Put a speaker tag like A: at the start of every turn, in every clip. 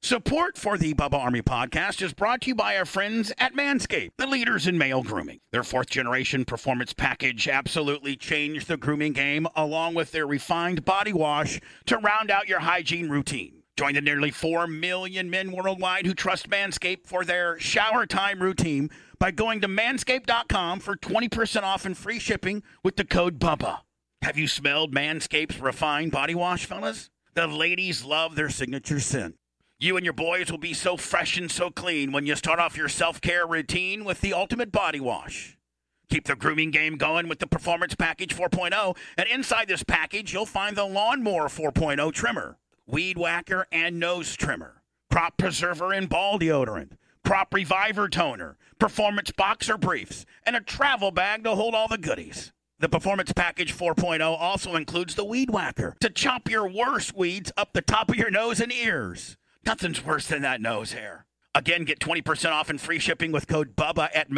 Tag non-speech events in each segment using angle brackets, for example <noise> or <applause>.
A: Support for the Bubba Army podcast is brought to you by our friends at Manscaped, the leaders in male grooming. Their fourth generation performance package absolutely changed the grooming game, along with their refined body wash to round out your hygiene routine. Join the nearly 4 million men worldwide who trust Manscaped for their shower time routine by going to manscaped.com for 20% off and free shipping with the code BUBBA. Have you smelled Manscaped's refined body wash, fellas? The ladies love their signature scent. You and your boys will be so fresh and so clean when you start off your self care routine with the ultimate body wash. Keep the grooming game going with the Performance Package 4.0, and inside this package, you'll find the Lawnmower 4.0 trimmer, Weed Whacker and Nose Trimmer, Crop Preserver and Ball Deodorant, Crop Reviver Toner, Performance Boxer Briefs, and a travel bag to hold all the goodies. The Performance Package 4.0 also includes the Weed Whacker to chop your worst weeds up the top of your nose and ears. Nothing's worse than that nose hair. Again, get 20% off and free shipping with code BUBBA at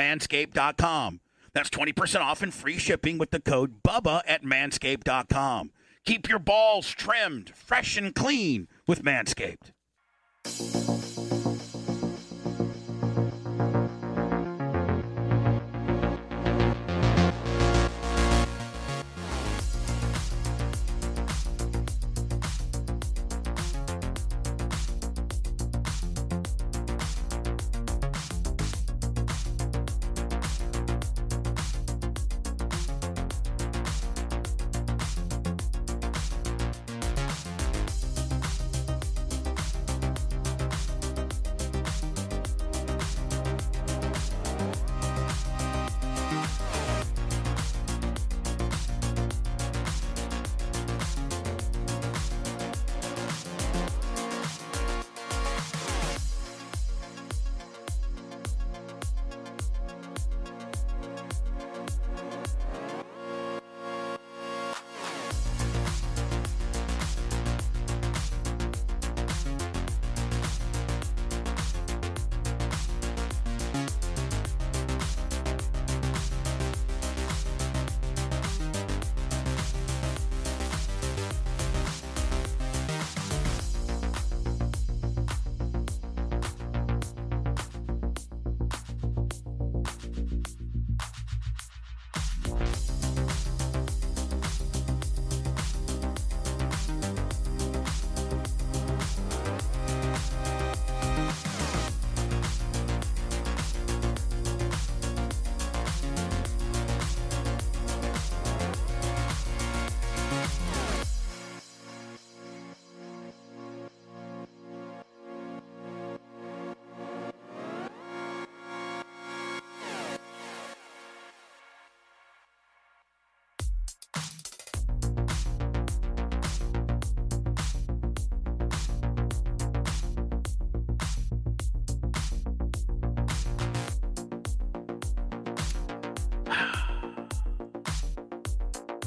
A: manscaped.com. That's 20% off and free shipping with the code BUBBA at manscaped.com. Keep your balls trimmed, fresh, and clean with Manscaped.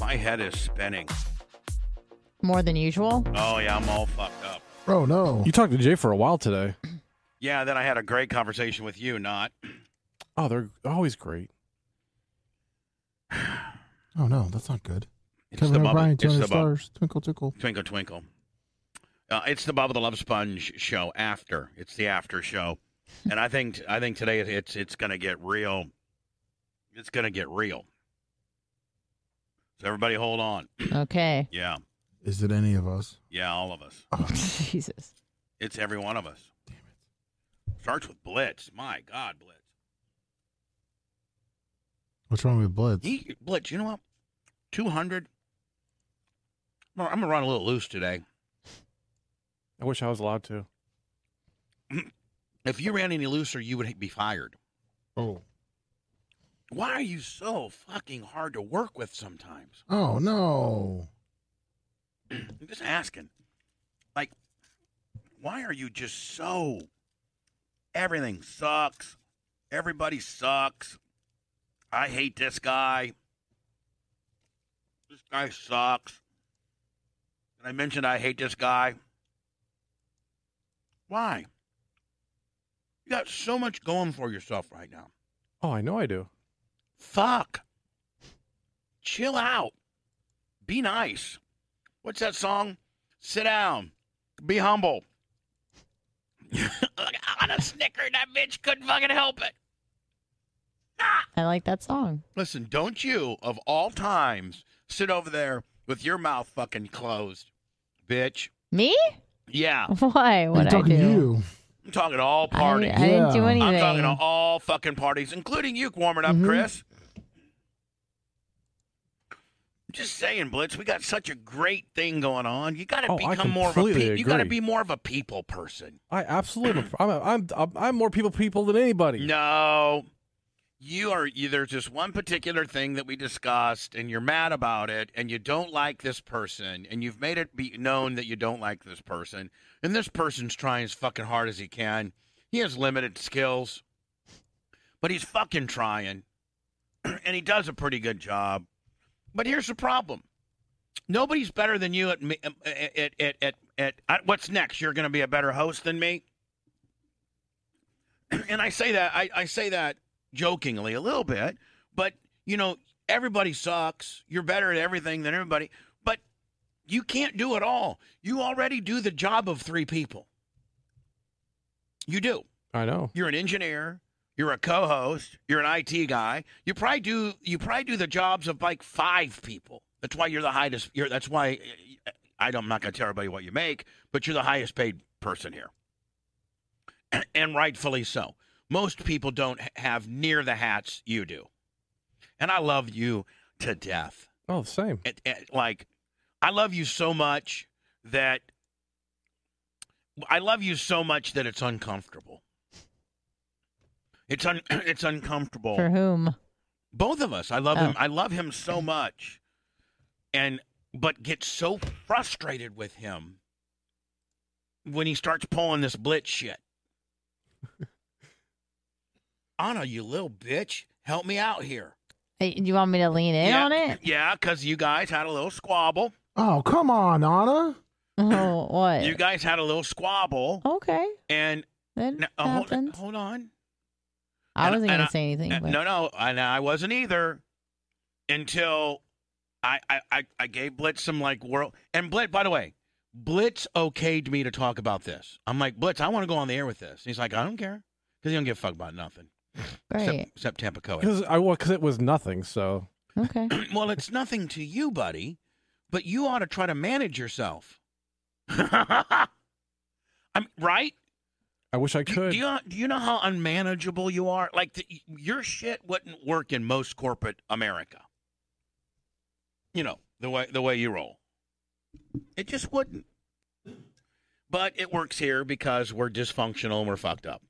A: My head is spinning.
B: More than usual.
A: Oh, yeah, I'm all fucked up.
C: Oh no.
D: You talked to Jay for a while today.
A: Yeah, then I had a great conversation with you, not.
D: Oh, they're always great.
C: Oh no, that's not good.
A: It's the
C: Kevin
A: Bubba-
C: O'Brien,
A: it's
C: two
A: the
C: hundred
A: Bubba.
C: stars. Twinkle twinkle.
A: Twinkle, twinkle. Uh, it's the Bob the Love Sponge show after. It's the after show, and I think I think today it's it's going to get real. It's going to get real. So everybody, hold on.
B: Okay. <laughs>
A: Yeah,
C: Is it any of us?
A: yeah, all of us.
C: Oh,
B: Jesus.
A: It's every one of us.
C: Damn it.
A: Starts with Blitz. My God, Blitz.
C: What's wrong with Blitz?
A: He Blitz. You know what? 200. Well, I'm going to run a little loose today.
D: I wish I was allowed to.
A: If you ran any looser, you would be fired.
C: Oh.
A: Why are you so fucking hard to work with sometimes? <clears throat>
C: Oh no.
A: I'm just asking. Like, why are you just so. Everything sucks. Everybody sucks. I hate this guy. This guy sucks. And I mentioned I hate this guy. Why? You got so much going for yourself right now.
D: Oh, I know I do.
A: Fuck. Chill out. Be nice. What's that song? Sit down. Be <laughs> humble. On a snicker, that bitch couldn't fucking help it.
B: I like that song.
A: Listen, don't you, of all times, sit over there with your mouth fucking closed, bitch.
B: Me? <laughs>
A: Yeah,
B: Why? What
C: I'm
B: I do?
C: talking to you.
A: I'm talking all
B: I, I
A: parties.
B: didn't do
C: Yeah. I'm
B: anything.
A: I'm talking to all fucking parties, including you, warming up,
D: Mm-hmm.
B: Mhm.
A: Chris. I'm just saying, Blitz, we got such a great thing going on. You got to
D: Oh, I
A: become more of a
D: completely
A: pe- you got to
D: agree.
A: be more of a people person.
D: I absolutely. I'm, a, I'm I'm I'm more people people than anybody.
A: No, you are. You, there's this one particular thing that we discussed, and you're mad about it, and you don't like this person, and you've made it be known that you don't like this person, and this person's trying as fucking hard as he can. He has limited skills, but he's fucking trying, <clears throat> and he does a pretty good job. But here's the problem: nobody's better than you at me- at at at, at, at, at what's next. You're going to be a better host than me <clears throat> and I say that I, I say that jokingly a little bit, but you know, everybody sucks. You're better at everything than everybody, but you can't do it all. You already do the job of three people. You do.
D: I know.
A: You're an engineer, you're a co-host, you're an IT guy. You probably do you probably do the jobs of like five people. That's why you're the highest you're that's why uh, I don't, I'm not going to tell everybody what you make, but you're the highest paid person here. <clears throat> and rightfully so. Most people don't h- have near the hats you do. And I love you to death
D: Oh, the same.
A: it, it- like I love you so much that I love you so much that it's uncomfortable. It's un <clears throat> it's uncomfortable.
B: For whom?
A: Both of us. I love
B: Oh.
A: him. I love him so much. And but get so frustrated with him when he starts pulling this
B: <laughs>
A: blitz shit. Anna, you little bitch, help me out here.
B: Hey, do you want me to lean in
A: yeah,
B: on it? <laughs>
A: Yeah, because you guys had a little squabble.
C: Oh, come on, Anna.
B: Oh, what?
A: You guys had a little squabble,
B: okay.
A: and
B: Oh, That
A: no, hold,
B: happened.
A: hold on.
B: I
A: and-
B: wasn't
A: and
B: going
A: I-
B: to say anything.
A: Uh,
B: but
A: No, no, and I wasn't either until I, I, I, I gave Blitz some like world. And Blitz, by the way, Blitz okayed me to talk about this. I'm like, Blitz, I want to go on the air with this. And he's like, I don't care because he don't give a fuck about nothing
B: Great.
A: except, except Tampa Coed.
D: Because I well, because it was nothing. So
B: Okay.
A: <clears throat> well, it's nothing to you, buddy, but you ought to try to manage yourself. <laughs> I'm right.
D: I wish I
A: Do,
D: could.
A: do you do you know how unmanageable you are? Like the, your shit wouldn't work in most corporate America. You know the way the way you roll. It just wouldn't. But it works here because we're dysfunctional and we're fucked up.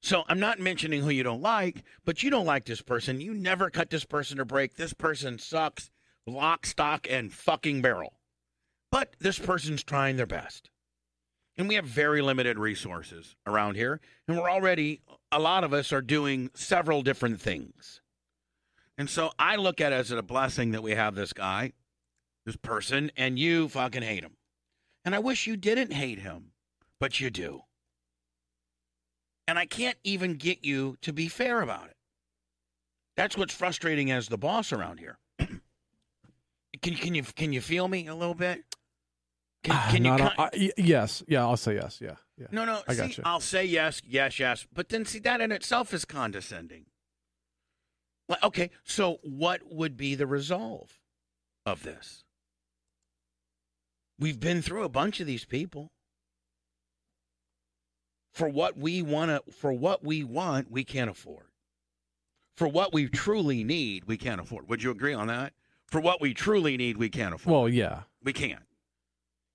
A: So I'm not mentioning who you don't like, but you don't like this person. You never cut this person a break. This person sucks, lock, stock, and fucking barrel. But this person's trying their best and we have very limited resources around here and we're already a lot of us are doing several different things and so i look at it as a blessing that we have this guy this person and you fucking hate him and i wish you didn't hate him but you do and i can't even get you to be fair about it that's what's frustrating as the boss around here <clears throat> can, can you can you feel me a little bit can,
D: Ah,
A: can
D: not
A: you
D: a-
A: ki-
D: I- y- yes. Yeah. I'll say yes. Yeah. Yeah.
A: no, no.
D: I
A: see,
D: gotcha.
A: I'll say yes, yes, yes. But then, see, that in itself is condescending. Like, okay, so what would be the resolve of this? We've been through a bunch of these people. For what we want to, for what we want, we can't afford. For what we truly need, we can't afford. Would you agree on that? For what we truly need, we can't afford.
D: Well, yeah,
A: we can't.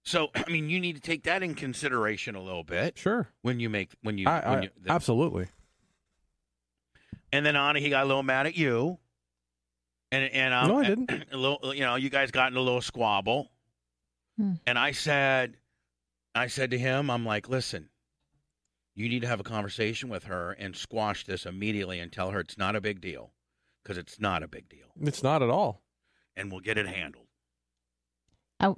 A: So, <clears throat> I mean, you need to take that in consideration a little bit
D: sure.
A: when you make when you,
D: I,
A: when
D: I
A: you the-
D: absolutely.
A: and then Anna, he got a little mad at you, and and um,
D: No, I didn't.
A: <clears throat> A little, you know, you guys got in a little squabble,
B: Hmm.
A: and I said, I said to him, I'm like, listen, you need to have a conversation with her and squash this immediately and tell her it's not a big deal, because it's not a big deal,
D: It's not at all.
A: and we'll get it handled.
B: Oh,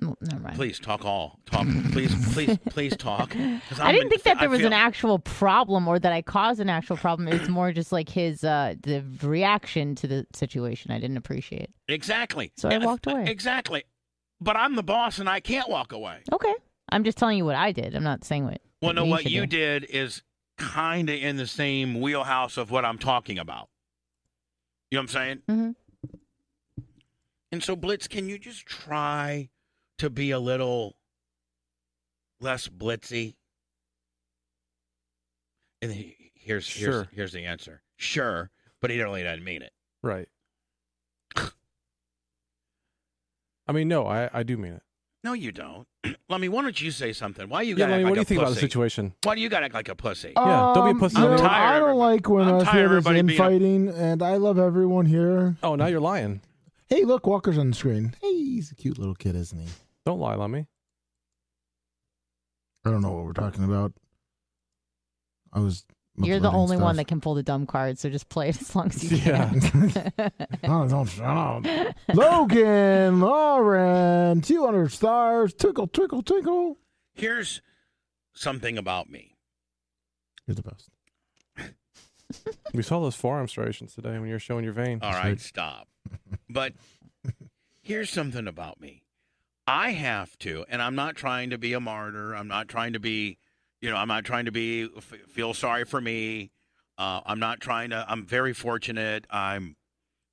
B: never mind.
A: Please talk all talk. please, please, please talk.
B: <laughs>
A: 'cause
B: I
A: I'm
B: didn't
A: in-
B: think that there
A: I
B: was
A: feel-
B: an actual problem or that I caused an actual problem. It's more just like his uh the reaction to the situation I didn't appreciate.
A: exactly.
B: So I
A: Yeah,
B: walked away.
A: Exactly. But I'm the boss, and I can't walk away.
B: Okay. I'm just telling you what I did. I'm not saying what
A: Well, no,
B: you
A: what
B: should
A: you
B: do.
A: did is kind of in the same wheelhouse of what I'm talking about. You know what I'm saying?
B: Mhm.
D: Mm-hmm.
A: And so, Blitz, can you just try to be a little less blitzy? And he- here's here's
D: Sure.
A: here's the answer. Sure, but he really doesn't mean it. <laughs>
D: Right. I mean, no, I, I do mean it.
A: No, you don't. <clears throat> Lemmy, why don't you say something? Why you
D: Yeah,
A: got
D: Lenny,
A: like
D: what do
A: a
D: you think
A: pussy?
D: about the Oh. situation?
A: Why do you got act like a pussy?
D: Yeah, don't be a
C: Um,
D: pussy,
C: you know,
A: I'm tired
C: I
A: of
C: don't
A: everybody-
C: like when
A: I'm
C: I
A: tired of
C: feel there's
A: everybody being a-
C: infighting, and I love everyone here.
D: Oh, now you're lying.
C: Hey, look, Walker's on the screen. Hey, he's a cute little kid, isn't he?
D: Don't lie, Lemmy.
C: I don't know what we're talking about. I was.
B: You're the
C: uploading
B: only one that
C: stuff.
B: can pull the dumb card, so just play it <laughs> as long as you
C: <laughs>
D: Yeah.
B: <laughs>
C: oh, don't shut up. Logan, Lauren, 200 stars. Twinkle, twinkle, twinkle.
A: Here's something about me.
C: You're the best.
D: We saw those forearm striations today when you were showing your vein.
A: All
C: That's
A: right,
C: right.
A: stop. But here's something about me. I have to, and I'm not trying to be a martyr. I'm not trying to be, you know, I'm not trying to be f- feel sorry for me. Uh, I'm not trying to. I'm very fortunate. I'm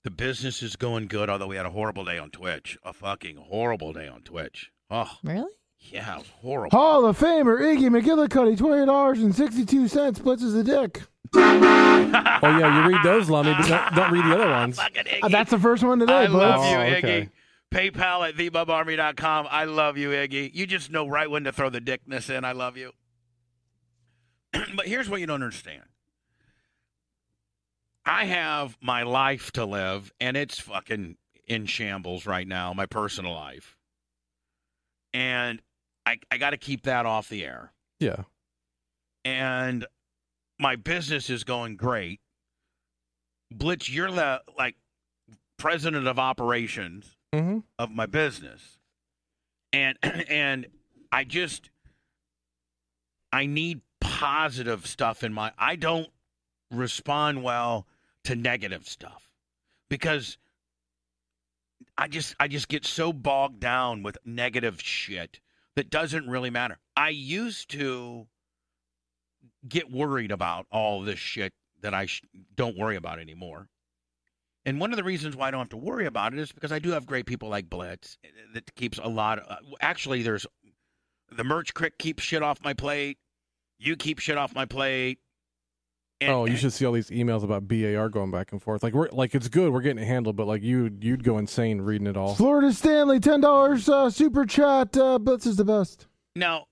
A: the business is going good. Although we had a horrible day on Twitch, a fucking horrible day on Twitch. Oh
B: really?
A: yeah, it was horrible.
C: Hall of Famer Iggy McGillicuddy, $20.62. Blitzes the dick.
D: Oh, yeah, you read those, Lemmy, but don't, don't read the
A: <laughs>
D: other ones.
A: Fucking Iggy.
C: Uh, that's the first one today,
A: I
C: Blitz.
A: love you,
D: Oh, okay.
A: Iggy. PayPal at thebubarmy.com. I love you, Iggy. You just know right when to throw the dickness in. I love you. <clears throat> but here's what you don't understand. I have my life to live, and it's fucking in shambles right now, my personal life. And I, I got to keep that off the air
D: Yeah.
A: and my business is going great. Blitz, you're the like president of operations
D: Mm-hmm.
A: of my business. And <clears throat> and I just I need positive stuff in my I don't respond well to negative stuff because I just I just get so bogged down with negative shit that doesn't really matter. I used to get worried about all this shit that I sh- don't worry about anymore. And one of the reasons why I don't have to worry about it is because I do have great people like Blitz eh, that keeps a lot. Of, uh, actually, there's the merch crick keeps shit off my plate. You keep shit off my plate. And-
D: Oh, you should see all these emails about BAR going back and forth. Like we're like it's good, we're getting it handled, but like you you'd go insane reading it all.
C: Florida Stanley, $10 uh, super chat. Uh, Blitz is the best.
A: Now,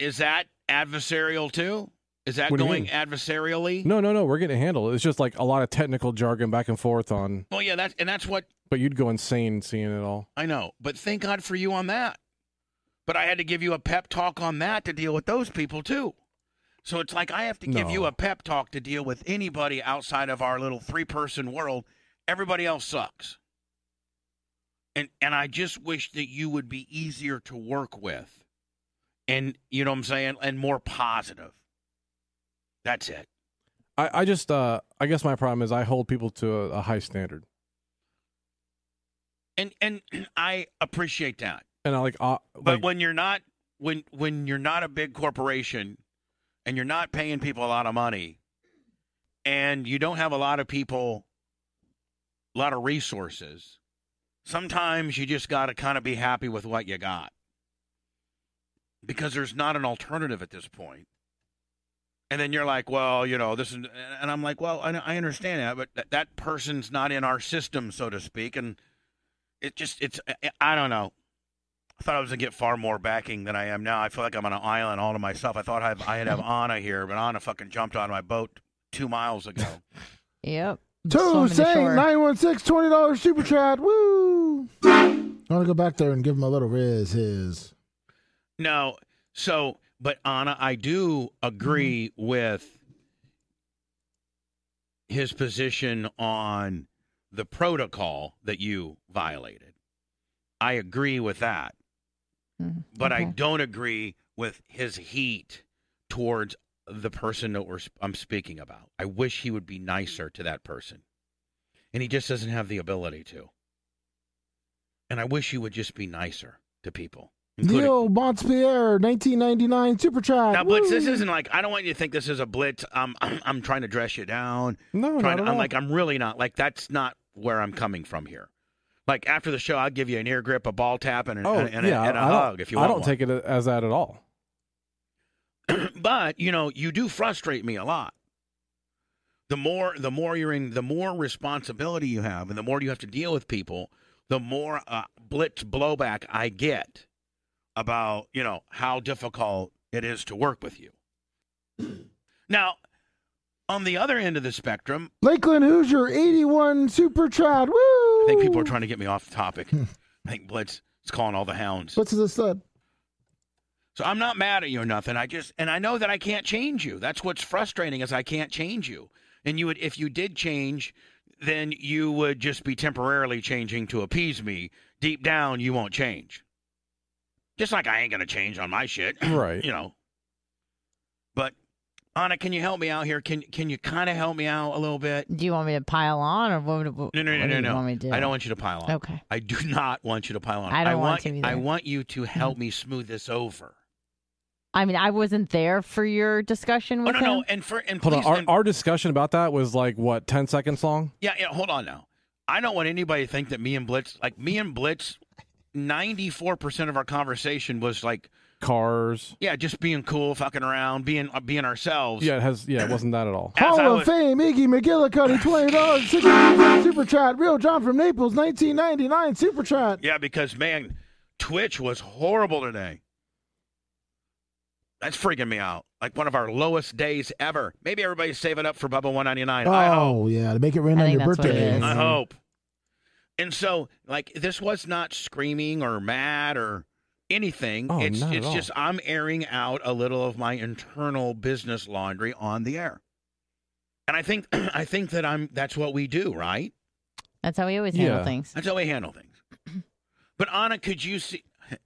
A: is that adversarial too? Is that
D: What do you
A: going
D: mean?
A: adversarially?
D: No, no, no, we're getting it handled. It's just like a lot of technical jargon back and forth on
A: Well, yeah, that's and that's what
D: but you'd go insane seeing it all.
A: I know. But thank God for you on that. But I had to give you a pep talk on that to deal with those people too. So it's like I have to give
D: No.
A: you a pep talk to deal with anybody outside of our little three person world. Everybody else sucks. And and I just wish that you would be easier to work with. And you know what I'm saying? And more positive. That's it.
D: I, I just uh I guess my problem is I hold people to a, a high standard.
A: And and <clears throat> I appreciate that.
D: And I like uh,
A: But
D: like,
A: when you're not when when you're not a big corporation and you're not paying people a lot of money and you don't have a lot of people a lot of resources, sometimes you just got to kind of be happy with what you got. Because there's not an alternative at this point. And then you're like, well, you know, this is, and I'm like, well, I, I understand that, but that, that person's not in our system, so to speak. And it just, it's, I- I don't know. I thought I was gonna get far more backing than I am now. I feel like I'm on an island all to myself. I thought I'd, I had have Anna here, but Anna fucking jumped on my boat two miles ago.
B: Yep.
C: Two
B: Swimming
C: Saint
B: ashore.
C: 916 $20 super chat. Woo! I want to go back there and give him a little riz his.
A: No. So, but Anna, I do agree with his position on the protocol that you violated. I agree with that,
B: Mhm.
A: but I
B: Okay.
A: don't agree with his heat towards the person that we're sp- I'm speaking about. I wish he would be nicer to that person. And he just doesn't have the ability to. And I wish he would just be nicer to people. including-
C: Neil Montpierre, 1999 super chat.
A: now, Blitz, this
C: Woo!
A: isn't like I don't want you to think this is a blitz. I'm I'm, I'm trying to dress you down.
D: No, not
A: Trying to,
D: at
A: I'm
D: all.
A: like I'm really not like that's not where I'm coming from here. Like after the show, I'll give you an ear grip, a ball tap, and, an,
D: oh,
A: and, a- and
D: yeah,
A: a, and a
D: I don't-
A: hug if you
D: I don't
A: want.
D: take it as that at all.
A: take. <clears throat> but you know, you do frustrate me a lot. The more the more you're in, the more responsibility you have, and the more you have to deal with people, the more uh, blitz blowback I get about you know how difficult it is to work with you. <clears throat> Now, on the other end of the spectrum,
C: Lakeland Hoosier, 81 super chat. Woo!
A: I think people are trying to get me off topic. I think Blitz is calling all the hounds.
C: What's uh, the stud?
A: So I'm not mad at you or nothing. I just and I know that I can't change you. That's what's frustrating is I can't change you. And you would if you did change, then you would just be temporarily changing to appease me. Deep down you won't change. Just like I ain't gonna change on my shit. <clears throat>
D: Right.
A: You know. But Anna, can you help me out here? Can can you kinda help me out a little bit?
B: Do you want me to pile on, or what? what
A: No, no,
B: what
A: no,
B: do
A: no,
B: you
A: no.
B: Want me to do?
A: I don't want you to pile on.
B: Okay.
A: I do <laughs> not want you to pile on.
B: I don't
A: want,
B: want to either. Mm.
A: I want you to help me smooth this over.
B: I mean, I wasn't there for your discussion
A: Oh
B: with
A: no,
B: him.
A: no, and for and
D: Hold
A: please,
D: on.
A: and-
D: Our, our discussion about that was like what ten seconds long.
A: yeah, yeah. Hold on now. I don't want anybody to think that me and Blitz, like me and Blitz, ninety four percent of our conversation was like,
D: Cars.
A: yeah, just being cool, fucking around, being uh, being ourselves.
D: Yeah, it has. Yeah, it wasn't that at all.
A: As I
C: Hall
A: was-
C: of Fame, Iggy McGillicuddy,
A: <laughs>
C: $20 60 super chat. Real John from Naples, 1999 super chat.
A: Yeah, because man, Twitch was horrible today. That's freaking me out. Like one of our lowest days ever. Maybe everybody's saving up for Bubba one ninety nine. I hope.
C: Oh, yeah, to make it rain
B: I
C: on
B: think
C: your
B: that's what it
C: birthday.
B: is.
A: I
D: Mm-hmm.
A: hope. And so, like, this was not screaming or mad or anything.
D: Oh,
A: it's
D: not at
A: it's
D: all.
A: just I'm airing out a little of my internal business laundry on the air. And I think <clears throat> I think that I'm that's what we do, right?
B: That's how we always
D: Yeah.
B: handle things.
A: That's how we handle things. <clears throat> But Anna, could you see? <laughs>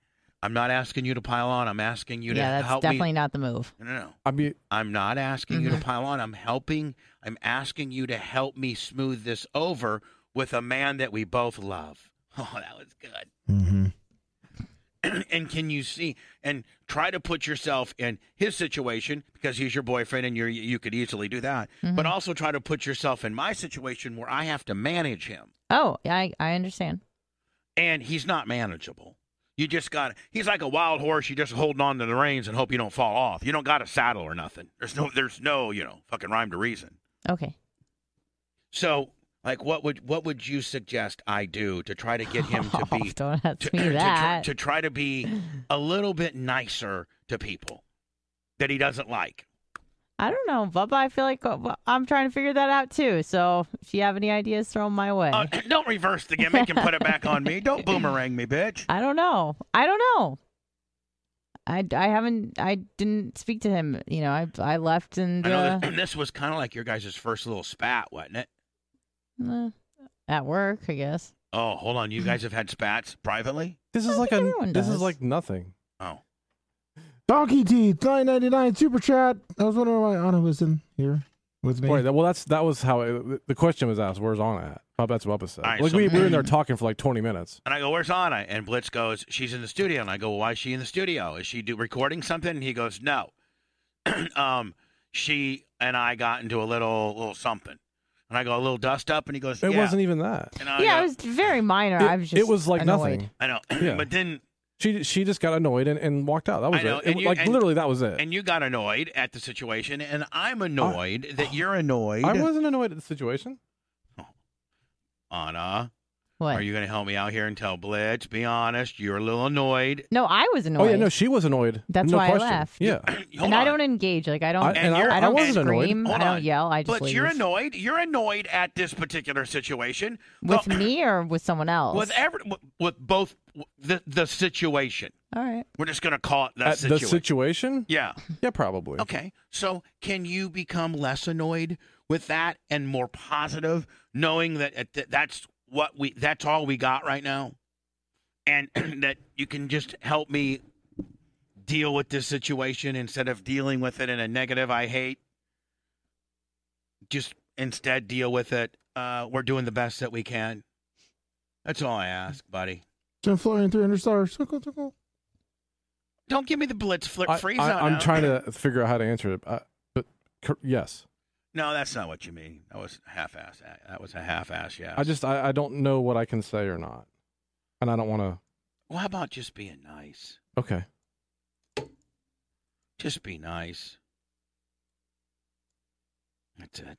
A: I'm not asking you to pile on. I'm asking you to
B: yeah, that's
A: help
B: definitely
A: me.
B: not the move.
A: No, no, no.
D: I mean,
A: I'm not asking you to pile on. I'm helping. I'm asking you to help me smooth this over with a man that we both love. <laughs> Oh, that was good. <clears throat>
C: Mhm.
A: and can you see and try to put yourself in his situation because he's your boyfriend and you are you could easily do that. But also try to put yourself in my situation where I have to manage him
B: Oh, I I understand.
A: and he's not manageable. You just got he's like a wild horse, you just holding on to the reins and hope you don't fall off. You don't got a saddle or nothing. There's no there's no, you know, fucking rhyme to reason.
B: Okay.
A: So, like, what would what would you suggest I do to try to
B: <laughs>
A: get him to be
B: Oh, don't ask
A: to,
B: me
A: to, try,
B: that.
A: to try to
B: <laughs>
A: be a little bit nicer to people that he doesn't like?
B: I don't know, Bubba. I feel like uh, well, I'm trying to figure that out too. So if you have any ideas, throw them my way.
A: Uh, <clears throat> don't reverse the gimmick and put it back
B: <laughs>
A: on me. Don't boomerang me, bitch.
B: I don't know. I don't know. I, I haven't. I didn't speak to him. You know, I I left and
A: I know
B: uh,
A: that, <clears throat> this was kind of like your guys' first little spat, wasn't it? <clears throat>
B: eh, at work, I guess.
A: Oh, hold on. You
B: Mm-hmm.
A: guys have had spats privately?
D: this is
B: I
D: like
B: think
D: a.
B: everyone
D: This is
B: does.
D: like nothing.
A: Oh,
C: Donkey Teeth, 999 super chat. I was wondering why Anna was in here with me.
D: Wait, that, well, that's that was how it, the question was asked. Where's Anna at? Oh, that's what Bubba said.
A: All right,
D: like
A: so-
D: we, we were
B: <clears throat>
D: in there talking for like twenty minutes.
A: and I go, "Where's Anna?" And Blitz goes, "She's in the studio." And I go, well, "Why is she in the studio? Is she do recording something?" And he goes, "No." <clears throat> um, she and I got into a little little something, and I go a little dust up, and he goes,
D: It
A: Uh, "Yeah."
D: wasn't even that.
A: And I
B: yeah,
A: go,
B: it was very minor.
D: It,
B: I was just.
D: it was like
B: annoyed.
D: nothing.
A: I know, <clears throat>
D: Yeah.
A: but then
D: She she just got annoyed and, and walked out. That was
A: I know,
D: it. It
A: and
D: was-
A: you-
D: like
A: and-
D: literally that was it.
A: And you got annoyed at the situation, and I'm annoyed that you're annoyed.
D: I wasn't annoyed at the situation.
A: Anna,
B: What?
A: are you going to help me out here and tell Blitz? Be honest, you're a little annoyed. <clears throat>
B: no, I was annoyed.
D: Oh yeah, no, she was annoyed.
B: That's
D: no
B: why I
D: question.
B: left.
D: Yeah.
A: Hold
B: and I
A: on.
B: don't engage. Like I don't.
D: I-
B: I,
D: and
A: you're-
D: I, I
B: don't
D: wasn't
B: scream.
D: annoyed.
A: Hold
B: I don't
A: on.
B: yell. I just
A: Blitz, you're
B: leave.
A: annoyed. You're annoyed at this particular situation.
B: with
A: Well,
B: me or with someone else.
A: With every, with both the the situation.
B: All right.
A: We're just going to call it the
D: At the
A: situation.
D: situation?
A: yeah.
D: Yeah, probably.
A: Okay. So can you become less annoyed with that and more positive, knowing that at th- that's what we that's all we got right now, and <clears throat> that you can just help me deal with this situation instead of dealing with it in a negative I hate. Just instead deal with it. Uh, we're doing the best that we can. That's all I ask, buddy.
C: Jim Florian, 300 stars. Twinkle, twinkle.
A: Don't give me the blitz flip
D: I,
A: freeze on
D: am
A: out.
D: trying
A: <laughs>
D: to figure out how to answer it. I, but cor- yes,
A: No, that's not what you mean. That was half-ass. That was a half-ass. Yeah.
D: I just I, I don't know what I can say or not, and I don't want to.
A: Well, how about just being nice?
D: Okay.
A: Just be nice. That's it.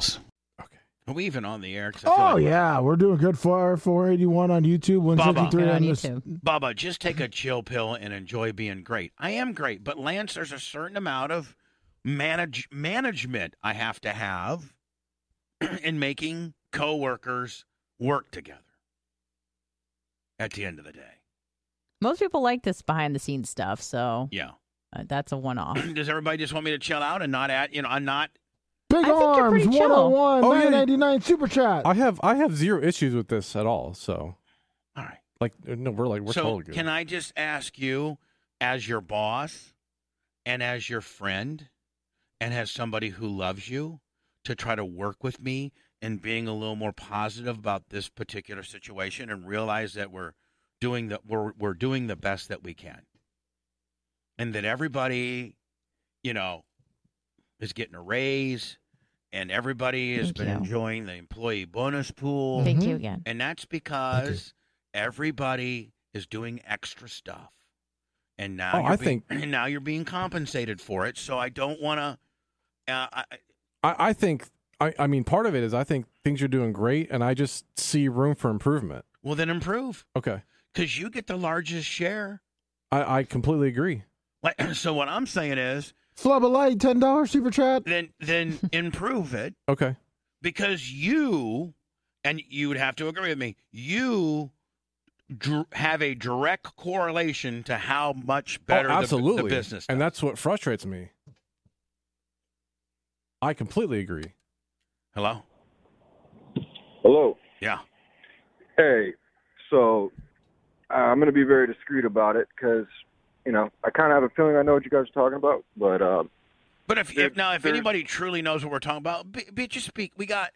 D: Okay.
A: Are we even on the air? 'Cause I feel
C: Oh,
A: like-
C: yeah. We're doing good for 481 on YouTube, 153
B: Bubba. Good
C: on
B: on
C: this.
B: YouTube.
A: Bubba, just take a chill pill and enjoy being great. I am great, but Lance, there's a certain amount of manage management I have to have <clears throat> in making coworkers work together. At the end of the day,
B: Most people like this behind the scenes stuff, so
A: yeah. <clears throat>
B: uh, that's a one off.
A: Does everybody just want me to chill out and not at you know? I'm not.
C: Big
B: I think you're
C: Arms,
B: pretty chill.
C: 101,
D: Oh, yeah.
C: 999 Super Chat.
D: I have I have zero issues with this at all. So
A: All right.
D: like uh, no, we're like we're
A: so
D: totally good.
A: can I just ask you, as your boss, and as your friend, and as somebody who loves you, to try to work with me in being a little more positive about this particular situation and realize that we're doing the we're we're doing the best that we can, and that everybody, you know, is getting a raise, and everybody has
B: Thank
A: been
B: you.
A: enjoying the employee bonus pool.
B: Thank
D: Mm-hmm.
C: Mhm.
B: you again.
A: And that's because everybody is doing extra stuff. And now
D: Oh,
A: you're
D: I
A: being, and <clears throat> now you're being compensated for it. So I don't want to uh, I,
D: I, I think I, I mean part of it is I think things are doing great, and I just see room for improvement.
A: well then improve
D: Okay.
A: cuz you get the largest share.
D: I, I completely agree.
A: Like, <clears throat> so what I'm saying is
C: Flub a light, $10 Super Chat.
A: then
D: <laughs>
A: then improve it
D: Okay. Oh,
A: because you and you would have to agree with me. You dr- have a direct correlation to how much better
D: Oh,
A: the-
D: absolutely
A: The, business
D: and
A: does.
D: that's what frustrates me. I completely agree.
A: Hello?
E: Hello.
A: Yeah.
E: Hey. So uh, I'm going to be very discreet about it because, you know, I kind of have a feeling I know what you guys are talking about, but uh,
A: But if,
E: There-
A: if now if
E: there's-
A: anybody truly knows what we're talking about, be, be, just speak. We got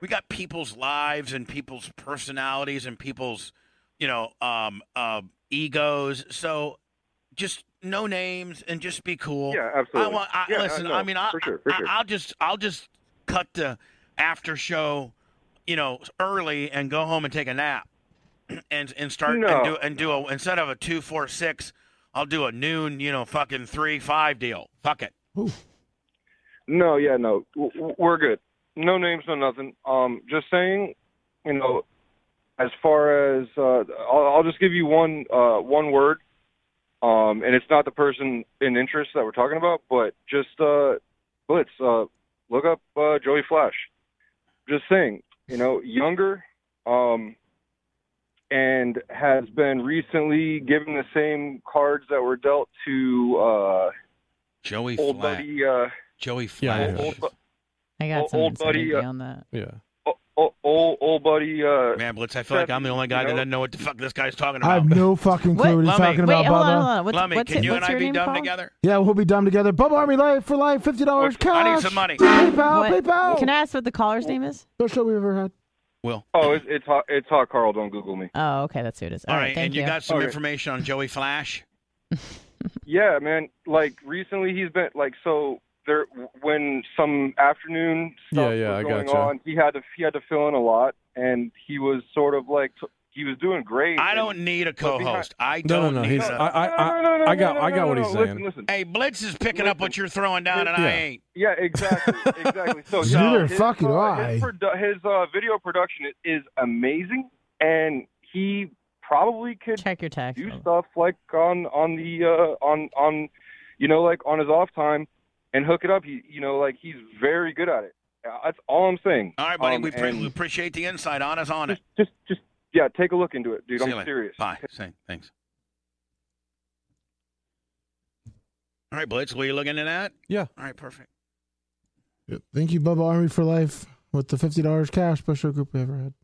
A: we got people's lives and people's personalities and people's you know um uh egos. So just no names and just be cool.
E: Yeah, absolutely.
A: I want. I,
E: yeah,
A: listen,
E: no,
A: I mean, I,
E: for sure, for sure.
A: I, will just, I'll just cut the after show, you know, early and go home and take a nap, <clears throat> and and start
E: No.
A: and do and do a instead of a two four six, I'll do a noon, you know, fucking three five deal. Fuck it.
E: No, yeah, no, W- w- we're good. No names, no nothing. Um, just saying, you know, as far as uh, I'll, I'll just give you one uh, one word, um, and it's not the person in interest that we're talking about, but just uh, Blitz. Uh, look up uh, Joey Flash. Just saying, you know, younger, um, and has been recently given the same cards that were dealt to uh,
A: Joey
E: old
A: Flash.
E: buddy. Uh,
A: Joey
D: Yeah,
A: Flash.
D: yeah.
E: old, bu-
B: I
E: Old
B: got something to say
E: buddy, uh,
B: beyond that.
D: Yeah.
E: old, old, old oh, buddy. Uh,
A: Man, Blitz, I feel like I'm the only guy
E: You
A: that
E: know-
A: doesn't know what the fuck this guy's talking
C: I
A: about.
C: have
A: <laughs>
C: no fucking clue
B: What?
C: what he's
A: Lummy,
C: talking
A: What
B: Wait,
C: about,
B: hold on, hold
C: Bubba.
B: on. What's,
A: Lummy,
B: what's
A: can
B: it,
A: you
B: what's
A: and I
B: your
A: be
B: name
A: dumb
B: called?
A: together?
C: Yeah, we'll be dumb together. Bubba Army Life for life, fifty dollars
E: Look,
C: cash.
A: Oh, I need some money.
D: Oh,
C: PayPal,
B: What?
C: PayPal.
B: Can I ask what the caller's name is?
C: Best show we've ever had.
A: Will.
E: oh, it's, it's hot. It's hot, Carl. Don't Google me.
B: Oh, okay, that's who it is.
A: All
B: All
A: right,
B: thank
A: and you, got some
E: Okay.
A: information on Joey Flash.
E: Yeah, man. Like recently, he's been like so. There, when some afternoon stuff
D: Yeah, yeah,
E: was
D: I
E: going
D: gotcha.
E: on, he had to he had to fill in a lot, and he was sort of like t- he was doing great.
A: I
E: and-
A: don't need a
E: But behind-
A: co-host. I
D: No, no,
A: don't
D: no. <laughs>
A: need
D: He's.
A: a.
D: I, I, I, I got, I got what he's
E: listen,
D: saying.
E: Listen,
A: hey, Blitz is picking up what you're throwing down, and I
D: Yeah.
A: ain't.
E: Yeah,
A: <laughs>
E: exactly, exactly. So,
C: So- Neither
E: his,
C: fucking
E: uh,
C: do I.
E: His, produ- his uh, video production i- is amazing, and he probably could
B: Check your text.
E: do stuff like on on the uh, on on you know like on his off time and hook it up. He you know like he's very good at it. Uh, That's all I'm saying.
A: All right, buddy.
E: Um,
A: we, pre-
E: and
A: we appreciate the insight on us on it.
E: just, just just yeah, take a look into it, dude.
A: See you
E: I'm
A: later.
E: serious.
A: Bye. Say, thanks. All right, Blitz. Will you look into that?
D: Yeah.
A: All right. Perfect.
C: Thank you, Bubba Army for life with the fifty dollars cash. Best show group we ever had.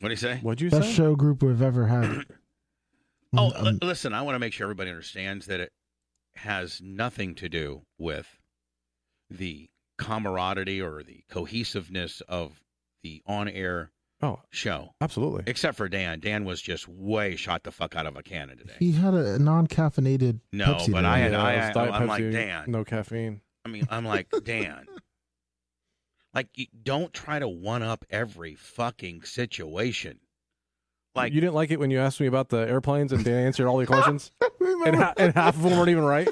A: What do you say?
D: What'd you
C: Best
D: say?
C: show group we've ever
A: <clears throat>
C: had.
A: Oh,
C: Um,
A: li- listen. I want to make sure everybody understands that it has nothing to do with the camaraderie or the cohesiveness of the on-air
D: Oh,
A: show.
D: absolutely.
A: Except for Dan. Dan was just way shot the fuck out of a cannon today.
C: he had a non-caffeinated
A: No,
C: Pepsi
A: but
C: today.
A: I had-
D: Yeah, it's Diet
A: I'm like,
D: Pepsi,
A: Dan.
D: No caffeine.
A: I mean, I'm
C: <laughs>
A: like, Dan. Like, you don't try to one up every fucking situation. Like,
D: you didn't like it when you asked me about the airplanes and Dan answered all your questions, and, ha- and half of them weren't even right.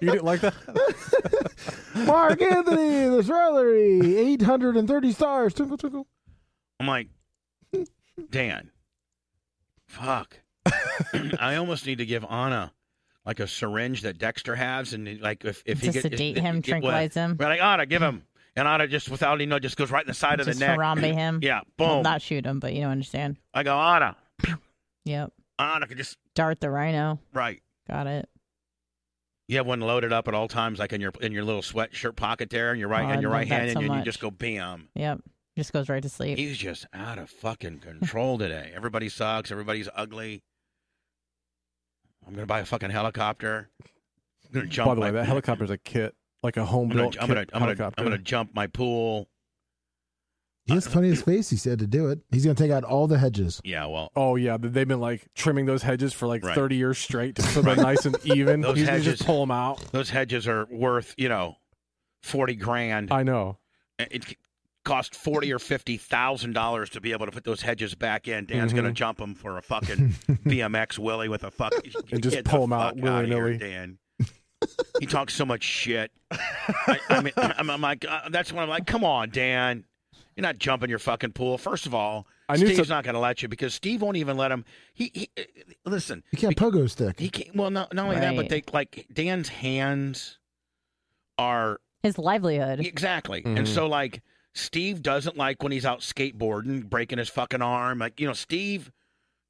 D: You didn't like that?
A: <laughs>
C: Mark Anthony, the Shrillerty, 830 stars. Twinkle, twinkle.
A: I'm like, Dan, fuck. I almost need to give Anna like a syringe that Dexter has, and like if if
B: Just
A: he get-
B: sedate
A: if-
B: him,
A: if- well,
B: tranquilize him.
A: We're like Anna, give him, and Anna just without any know just goes right in the side of
B: Just
A: the neck.
B: Harambe him.
A: Yeah,
B: Well,
A: boom.
B: not shoot him, but you know, understand.
A: I go Anna.
B: Yep.
A: Anna could just
B: Dart the rhino.
A: right.
B: Got it.
A: You have one loaded up at all times, like in your in your little sweatshirt pocket there, and your right
B: Oh,
A: and
B: I
A: your
B: love
A: right
B: that
A: hand,
B: so
A: and you, you
B: much.
A: just go bam.
B: Yep. Just goes right to sleep.
A: He's just out of fucking control today. Everybody sucks. Everybody's ugly. I'm gonna buy a fucking helicopter. I'm gonna <laughs> jump.
D: By the way,
A: my-
D: that helicopter's a kit, like a home
A: I'm gonna,
D: built
A: I'm, gonna,
D: kit
A: I'm, gonna,
D: helicopter.
A: I'm gonna jump my pool.
C: He has the funniest face. He said to do it. He's going to take out all the hedges.
A: Yeah, well,
D: Oh yeah, but they've been like trimming those hedges for like
A: Right.
D: thirty years straight, just so
A: Right.
D: they're
A: <laughs>
D: nice and even.
A: Those
D: you can
A: hedges.
D: just pull them out.
A: those hedges are worth you know forty grand.
D: I know.
A: it c- cost forty or fifty thousand dollars to be able to put those hedges back in. Dan's gonna
D: Mhm.
A: jump them for
D: <laughs>
A: a fucking BMX Willie with a fuck
D: And just
A: Get the
D: pull 'em out
A: fuck outta here,
D: willy-nilly.
A: Dan. He talks so much shit. I,
D: <laughs>
A: I mean, I'm, I'm like, uh, that's when I'm like, come on, Dan. You're not jumping your fucking pool. First of all,
D: I knew
A: Steve's
D: some-
A: not going to let you because Steve won't even let him. He, he uh, listen.
C: He can't pogo stick.
A: He can't. Well, not, not only that, but
B: Right.
A: they like Dan's hands are
B: His livelihood.
A: Exactly.
D: Mhm.
A: And so like Steve doesn't like when he's out skateboarding, breaking his fucking arm. Like, you know, Steve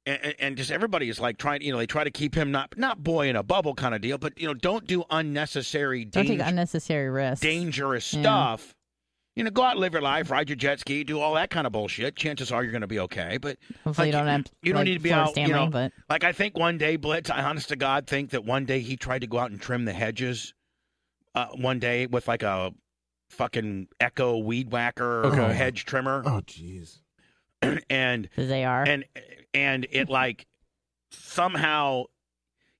A: and, and just everybody is like trying, you know, they try to keep him not not boy in a bubble kind of deal, but you know, don't do unnecessary
B: Don't
A: danger,
B: take unnecessary risks.
A: dangerous
B: Yeah.
A: stuff. You know, go out, live your life, ride your jet ski, do all that kind of bullshit. Chances are you're going to be okay. But
B: Hopefully, you
A: like,
B: don't have
A: you don't
B: like,
A: need to be
B: floor
A: out, you know,
B: stammering, but
A: like I think one day, Blitz, I honest to God think that one day he tried to go out and trim the hedges. Uh, one day with like a fucking Echo weed whacker or
D: Okay.
A: hedge trimmer,
C: oh, jeez.
A: <clears throat> and
B: the ZR.
A: and and it like somehow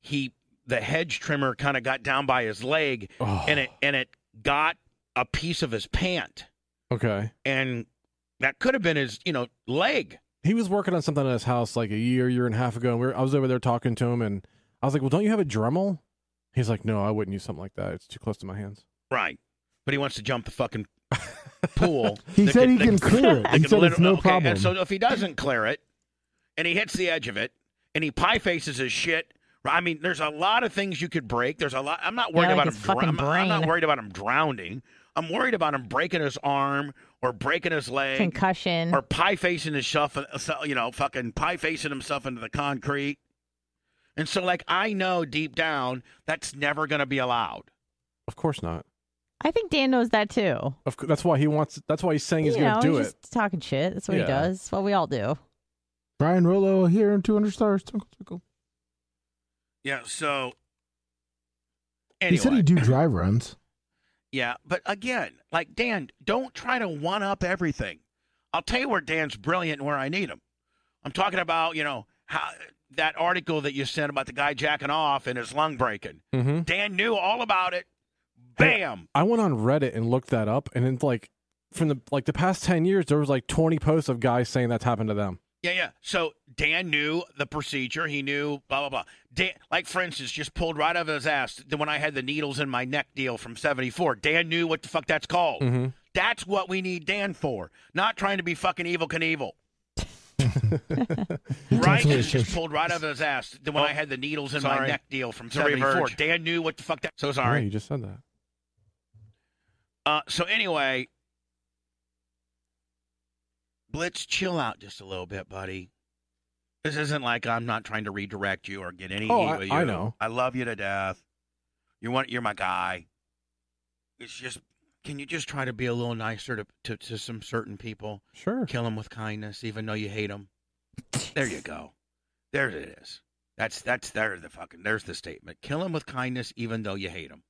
A: he the hedge trimmer kind of got down by his leg
D: Oh,
A: and it and it got a piece of his pant
D: okay.
A: and that could have been his you know leg
D: He was working on something at his house like a year, year and a half ago, and we were, I was over there talking to him, and I was like, "Well, don't you have a Dremel?" He's like, "No, I wouldn't use something like that. It's too close to my hands."
A: right but he wants to jump the fucking pool
C: He
A: that
C: said
A: could-
C: he
A: that
C: can
A: could-
C: clear it.
A: that
C: He
A: could
C: said it's
A: literally-
C: no
A: okay,
C: problem.
A: and so if he doesn't clear it and he hits the edge of it and he pie faces his shit I mean, there's a lot of things you could break. There's a lot. I'm not worried
B: Yeah, like
A: about him.
B: his
A: dr-
B: fucking
A: I'm, I'm not
B: brain.
A: worried about him drowning. I'm worried about him breaking his arm or breaking his leg.
B: Concussion.
A: or pie facing himself, uh, you know, fucking pie facing himself into the concrete. And so, like, I know deep down that's never going to be allowed.
D: Of course not.
B: I think Dan knows that too.
D: Of cou- that's why he wants. That's why he's saying he's
B: you
D: going
B: know,
D: to do
B: he's
D: it.
B: just talking shit. That's what
D: Yeah.
B: he does. That's what we all do.
C: Brian Rollo here in 200 stars. Twinkle, twinkle.
A: Yeah. So,
C: He said he'd do dry runs.
A: yeah. But again, like, Dan, don't try to one up everything. I'll tell you where Dan's brilliant and where I need him. I'm talking about, you know, how that article that you sent about the guy jacking off and his lung breaking.
D: Mm-hmm.
A: Dan knew all about it.
D: Hey,
A: Bam.
D: I went on Reddit and looked that up, and it's like from the like the past ten years, there was like twenty posts of guys saying that's happened to them.
A: Yeah, yeah. So Dan knew the procedure. He knew blah blah blah. Dan, like for instance, just pulled right out of his ass the- when I had the needles in my neck deal from '74. Dan knew what the fuck that's called.
D: Mm-hmm.
A: That's what we need Dan for. Not trying to be fucking evil Knievel.
C: He
A: Right?
C: totally
A: He just
C: should.
A: pulled right out of his ass the when I had the needles in my
F: sorry.
A: neck deal from
F: Sorry,
A: '74.
F: Verge.
A: Dan knew what the fuck that. So
D: Yeah,
A: sorry.
D: you just said that.
A: Uh, so anyway, Blitz, chill out just a little bit, buddy. This isn't like I'm not trying to redirect you or get any
D: Oh,
A: heat
D: I-
A: with you.
D: I know.
A: I love you to death. You're one. You're my guy. It's just, can you just try to be a little nicer to to, to some certain people?
D: Sure.
A: Kill them with kindness, even though you hate them. There you go. There it is. That's that's there the fucking there's the statement. Kill them with kindness, even though you hate them.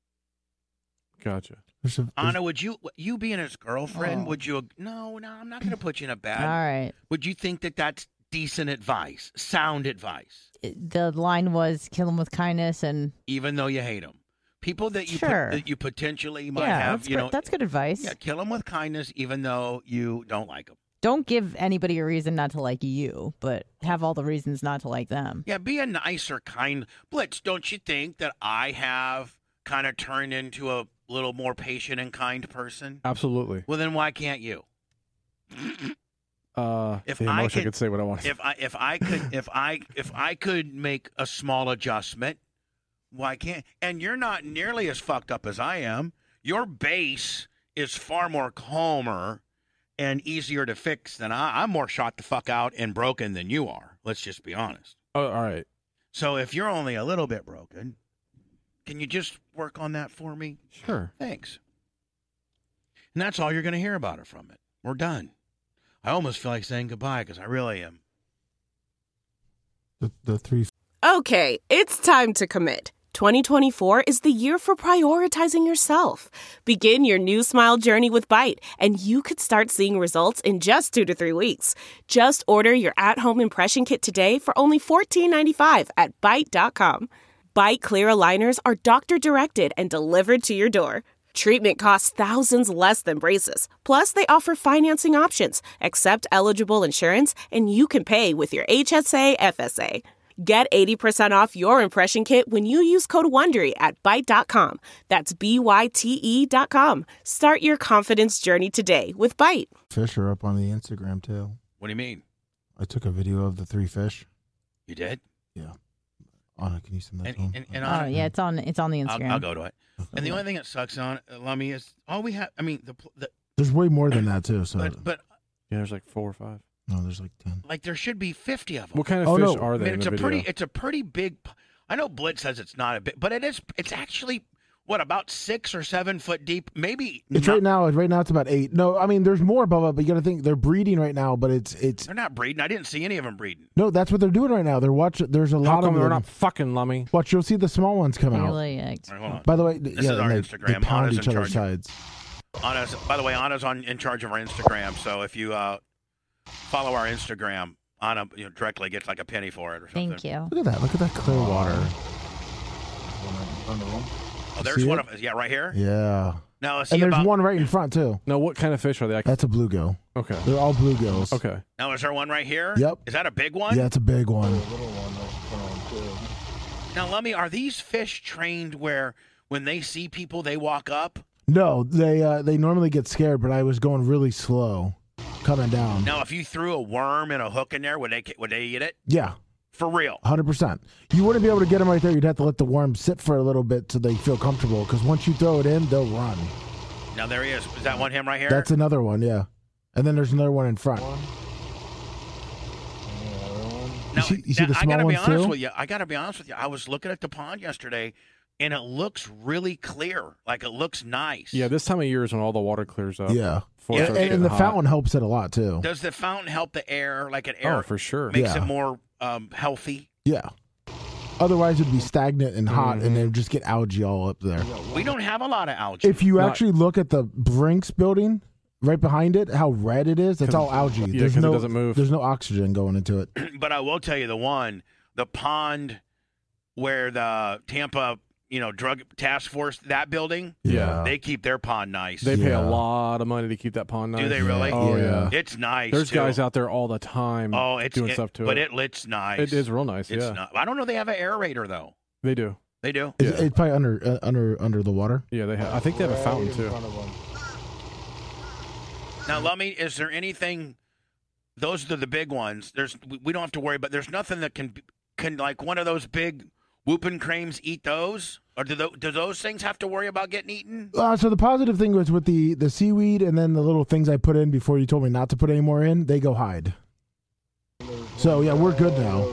D: Gotcha.
C: There's a- there's-
A: Anna, would you you being his girlfriend?
B: Oh.
A: Would you? ag- No, no, I'm not going to put you in a
B: all
A: bad.
B: right.
A: Would you think that that's decent advice, sound advice,
B: The line was kill him with kindness, and
A: even though you hate him? People that you pot-
B: Sure.
A: that you potentially might
B: yeah,
A: have,
B: that's,
A: you
B: gr-
A: know,
B: that's good advice.
A: yeah, kill them with kindness, even though you don't like them.
B: Don't give anybody a reason not to like you, but have all the reasons not to like them.
A: Yeah, be a nicer, kind Blitz. Don't you think that I have kind of turned into a little more patient and kind person?
D: Absolutely.
A: Well, then why can't you?
D: Uh,
A: If
D: the
A: I
D: emotion
A: could-
D: could, say what I want.
A: if I if I could if I if I could make a small adjustment, why can't? And you're not nearly as fucked up as I am. Your base is far more calmer and easier to fix than I. I'm more shot the fuck out and broken than you are. Let's just be honest.
D: oh, all right.
A: So if you're only a little bit broken, can you just work on that for me?
D: Sure.
A: Thanks. And that's all you're going to hear about it from it. We're done. I almost feel like saying goodbye because I really am.
C: the, the three
G: Okay, it's time to commit. 2024 is the year for prioritizing yourself. Begin your new smile journey with Bite, and you could start seeing results in just two to three weeks. Just order your at home impression kit today for only $14.95 at Bite.com. Bite Clear Aligners are doctor directed and delivered to your door. Treatment costs thousands less than braces. Plus, they offer financing options, accept eligible insurance, and you can pay with your HSA FSA. Get 80% off your impression kit when you use code WONDERY at Byte.com. That's B-Y-T-E E dot com. Start your confidence journey today with Byte.
C: fish are up on the Instagram tail.
A: What do you mean?
C: I took a video of the three fish.
A: You did?
C: Anna, can you send that
A: And-
C: to him?
A: and- and
B: Oh, yeah, it's on it's on the Instagram.
A: I'll, I'll go to it. And the only thing that sucks on uh, Lummy is all we have. I mean, the, pl- the
C: There's way more than that too. So
A: but but
D: Yeah, there's like four or five.
C: no, there's like ten.
A: like there should be fifty of them.
D: What kind of
C: Oh, no.
D: fish are
A: I
D: they?
A: mean,
D: in
A: it's
D: the
A: a
D: video?
A: pretty it's a pretty big. p- I know Blitz says it's not a big, but it is. It's actually what about six or seven foot deep? Maybe
C: It's
A: not-
C: right now. Right now, it's about eight. No, I mean, there's more above it, but you got to think they're breeding right now. But it's it's
A: They're not breeding. I didn't see any of them breeding.
C: no, that's what they're doing right now. They're watching. There's a
D: How
C: lot
D: come
C: of
D: they're
C: them.
D: not fucking lummy?
C: Watch, you'll see the small ones come out.
B: Really, like,
A: All right, hold on.
C: By the way, th-
A: This
C: yeah,
A: is our
C: and they, they
A: Instagram.
C: pound
A: Anna's
C: each
A: in
C: other's sides.
A: Anna's, by the way, Anna's on in charge of our Instagram. So if you uh, follow our Instagram, on a you know, directly gets like a penny for it or something.
B: Thank you.
C: Look at that. Look at that clear water.
A: Oh, there's
C: See
A: one
C: it?
A: of yeah right here.
C: Yeah.
A: Now see
C: And there's
A: about
C: one right in front too.
D: Now, what kind of fish are they? I can-
C: That's a bluegill.
D: Okay.
C: They're all bluegills.
D: Okay.
A: now is there one right here?
C: Yep.
A: Is that a big one?
C: Yeah, it's a big one.
A: Now let me. Are these fish trained where when they see people they walk up?
C: No, they uh, they normally get scared, but I was going really slow coming down.
A: Now if you threw a worm and a hook in there, would they would they eat it
C: Yeah,
A: for real?
C: 100%. You wouldn't be able to get them right there. You'd have to let the worm sit for a little bit so they feel comfortable because once you throw it in, they'll run.
A: Now there he is. Is that one him right here?
C: That's another one, yeah. And then there's another one in front.
A: Now,
C: see- you see
A: now,
C: the
A: I gotta
C: small
A: be
C: ones,
A: honest
C: too?
A: with you. I gotta be honest with you. I was looking at the pond yesterday, and it looks really clear. Like it looks nice.
D: Yeah, this time of year is when all the water clears up.
C: Yeah.
D: Before it
A: Yeah,
D: starts
C: And,
D: getting
C: and the
D: hot.
C: fountain helps it a lot too.
A: Does the fountain help the air? Like an air
D: Oh, for sure.
A: makes
C: Yeah.
A: it more um, healthy.
C: Yeah. Otherwise, it'd be stagnant and hot,
D: Mm-hmm.
C: and then just get algae all up there.
A: We don't have a lot of algae.
C: If you
D: Not-
C: actually look at the Brinks building right behind it, how red it is, that's all algae.
D: yeah,
C: there's
D: 'cause it
C: no,
D: doesn't move.
C: There's no oxygen going into it.
A: but I will tell you the one, the pond where the Tampa, you know, drug task force, that building,
D: Yeah.
A: they keep their pond nice.
D: They pay
C: Yeah.
D: a lot of money to keep that pond nice.
A: Do they really?
D: Oh yeah.
C: Yeah.
A: It's nice.
D: There's
A: too.
D: guys out there all the time
A: Oh, it's
D: doing
A: it-
D: stuff to
A: but
D: it.
A: it looks nice.
D: It is real nice.
A: It's
D: yeah.
A: not. I don't know. They have an aerator though.
D: They do.
A: They do.
C: It's,
D: Yeah.
C: it's probably under uh, under under the water.
D: Yeah, they have. I think they have a fountain too.
A: Now, Lummy, is there anything? Those are the big ones. There's we- we don't have to worry, but there's nothing that can can like one of those big whooping cranes eat those, or do those, do those things have to worry about getting eaten?
C: Uh, so the positive thing was with the the seaweed and then the little things I put in before you told me not to put any more in. They go hide. So yeah, we're good now.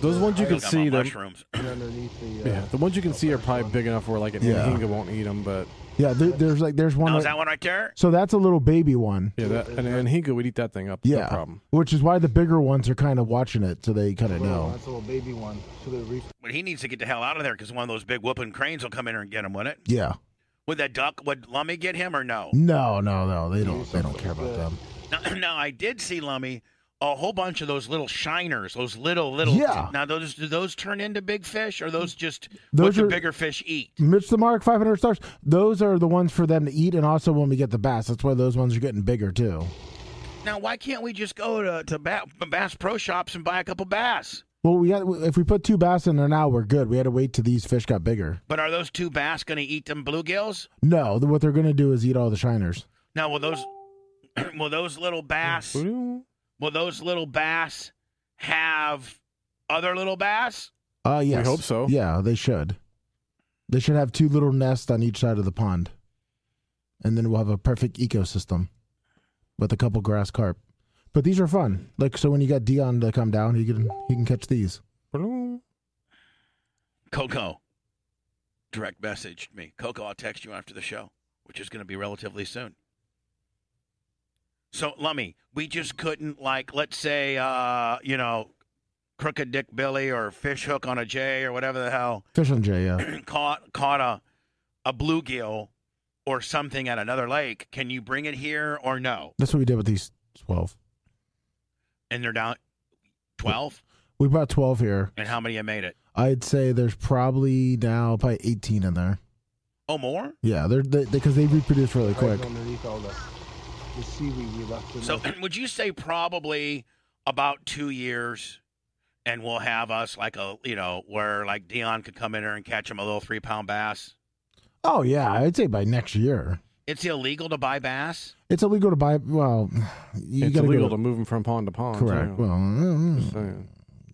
D: Those ones you
A: I
D: can
A: got my
D: see them.
A: mushrooms. <clears throat>
D: Yeah, the ones you can see are probably big enough where like an
C: Yeah.
D: anhinga won't eat them, but
C: Yeah, there, there's like there's one. right-
A: Now, is that one right there?
C: so that's a little baby one.
D: yeah, that an anhinga would eat that thing up.
C: Yeah,
D: no problem.
C: which is why the bigger ones are kind of watching it, so they kind of know.
A: But he needs to get the hell out of there because one of those big whooping cranes will come in here and get him, wouldn't it?
C: Yeah.
A: Would that duck, would Lummy get him or no?
C: No, no, no. They don't. They don't care about them.
A: Now, <clears throat> now, I did see Lummy a whole bunch of those little shiners, those little, little.
C: Yeah.
A: Now, those do those turn into big fish or those just what
C: Those
A: the
C: are-
A: bigger fish eat?
C: Mitch the Mark, 500 stars. Those are the ones for them to eat, and also when we get the bass, that's why those ones are getting bigger too.
A: Now, why can't we just go to, to ba- Bass Pro Shops and buy a couple bass?
C: Well, we got if we put two bass in there now, we're good. We had to wait till these fish got bigger.
A: But are those two bass going to eat them bluegills?
C: No, th- what they're gonna do is eat all the shiners.
A: Now, will those <clears throat> will those little bass will those little bass have other little bass?
C: Uh, yes.
D: hope so.
C: Yeah, they should. They should have two little nests on each side of the pond, and then we'll have a perfect ecosystem with a couple grass carp. But these are fun. Like so, when you got Dion to come down, he can he can catch these.
A: Coco, direct messaged me. Coco, I'll text you after the show, which is going to be relatively soon. So, Lummy, we just couldn't, like, let's say, uh, you know, Crooked Dick Billy or Fish Hook on a J or whatever the hell <clears throat>
C: Fish on Jay, yeah.
A: caught, caught a, a bluegill or something at another lake. Can you bring it here or no?
C: That's what we did with these twelve.
A: And they're down 12?
C: We brought twelve here.
A: And how many have made it?
C: I'd say there's probably now probably eighteen in there.
A: Oh, more?
C: Yeah, they're because they, 'cause they reproduce really quick.
A: So <clears throat> would you say probably about two years, and we'll have us like a you know where like Dion could come in here and catch him a little three pound bass.
C: Oh yeah, I'd say by next year.
A: It's illegal to buy bass.
C: It's illegal to buy. Well, you
D: it's
C: gotta
D: illegal
C: go
D: to move them from pond to pond.
C: correct.
D: too.
C: Well, mm,
D: So,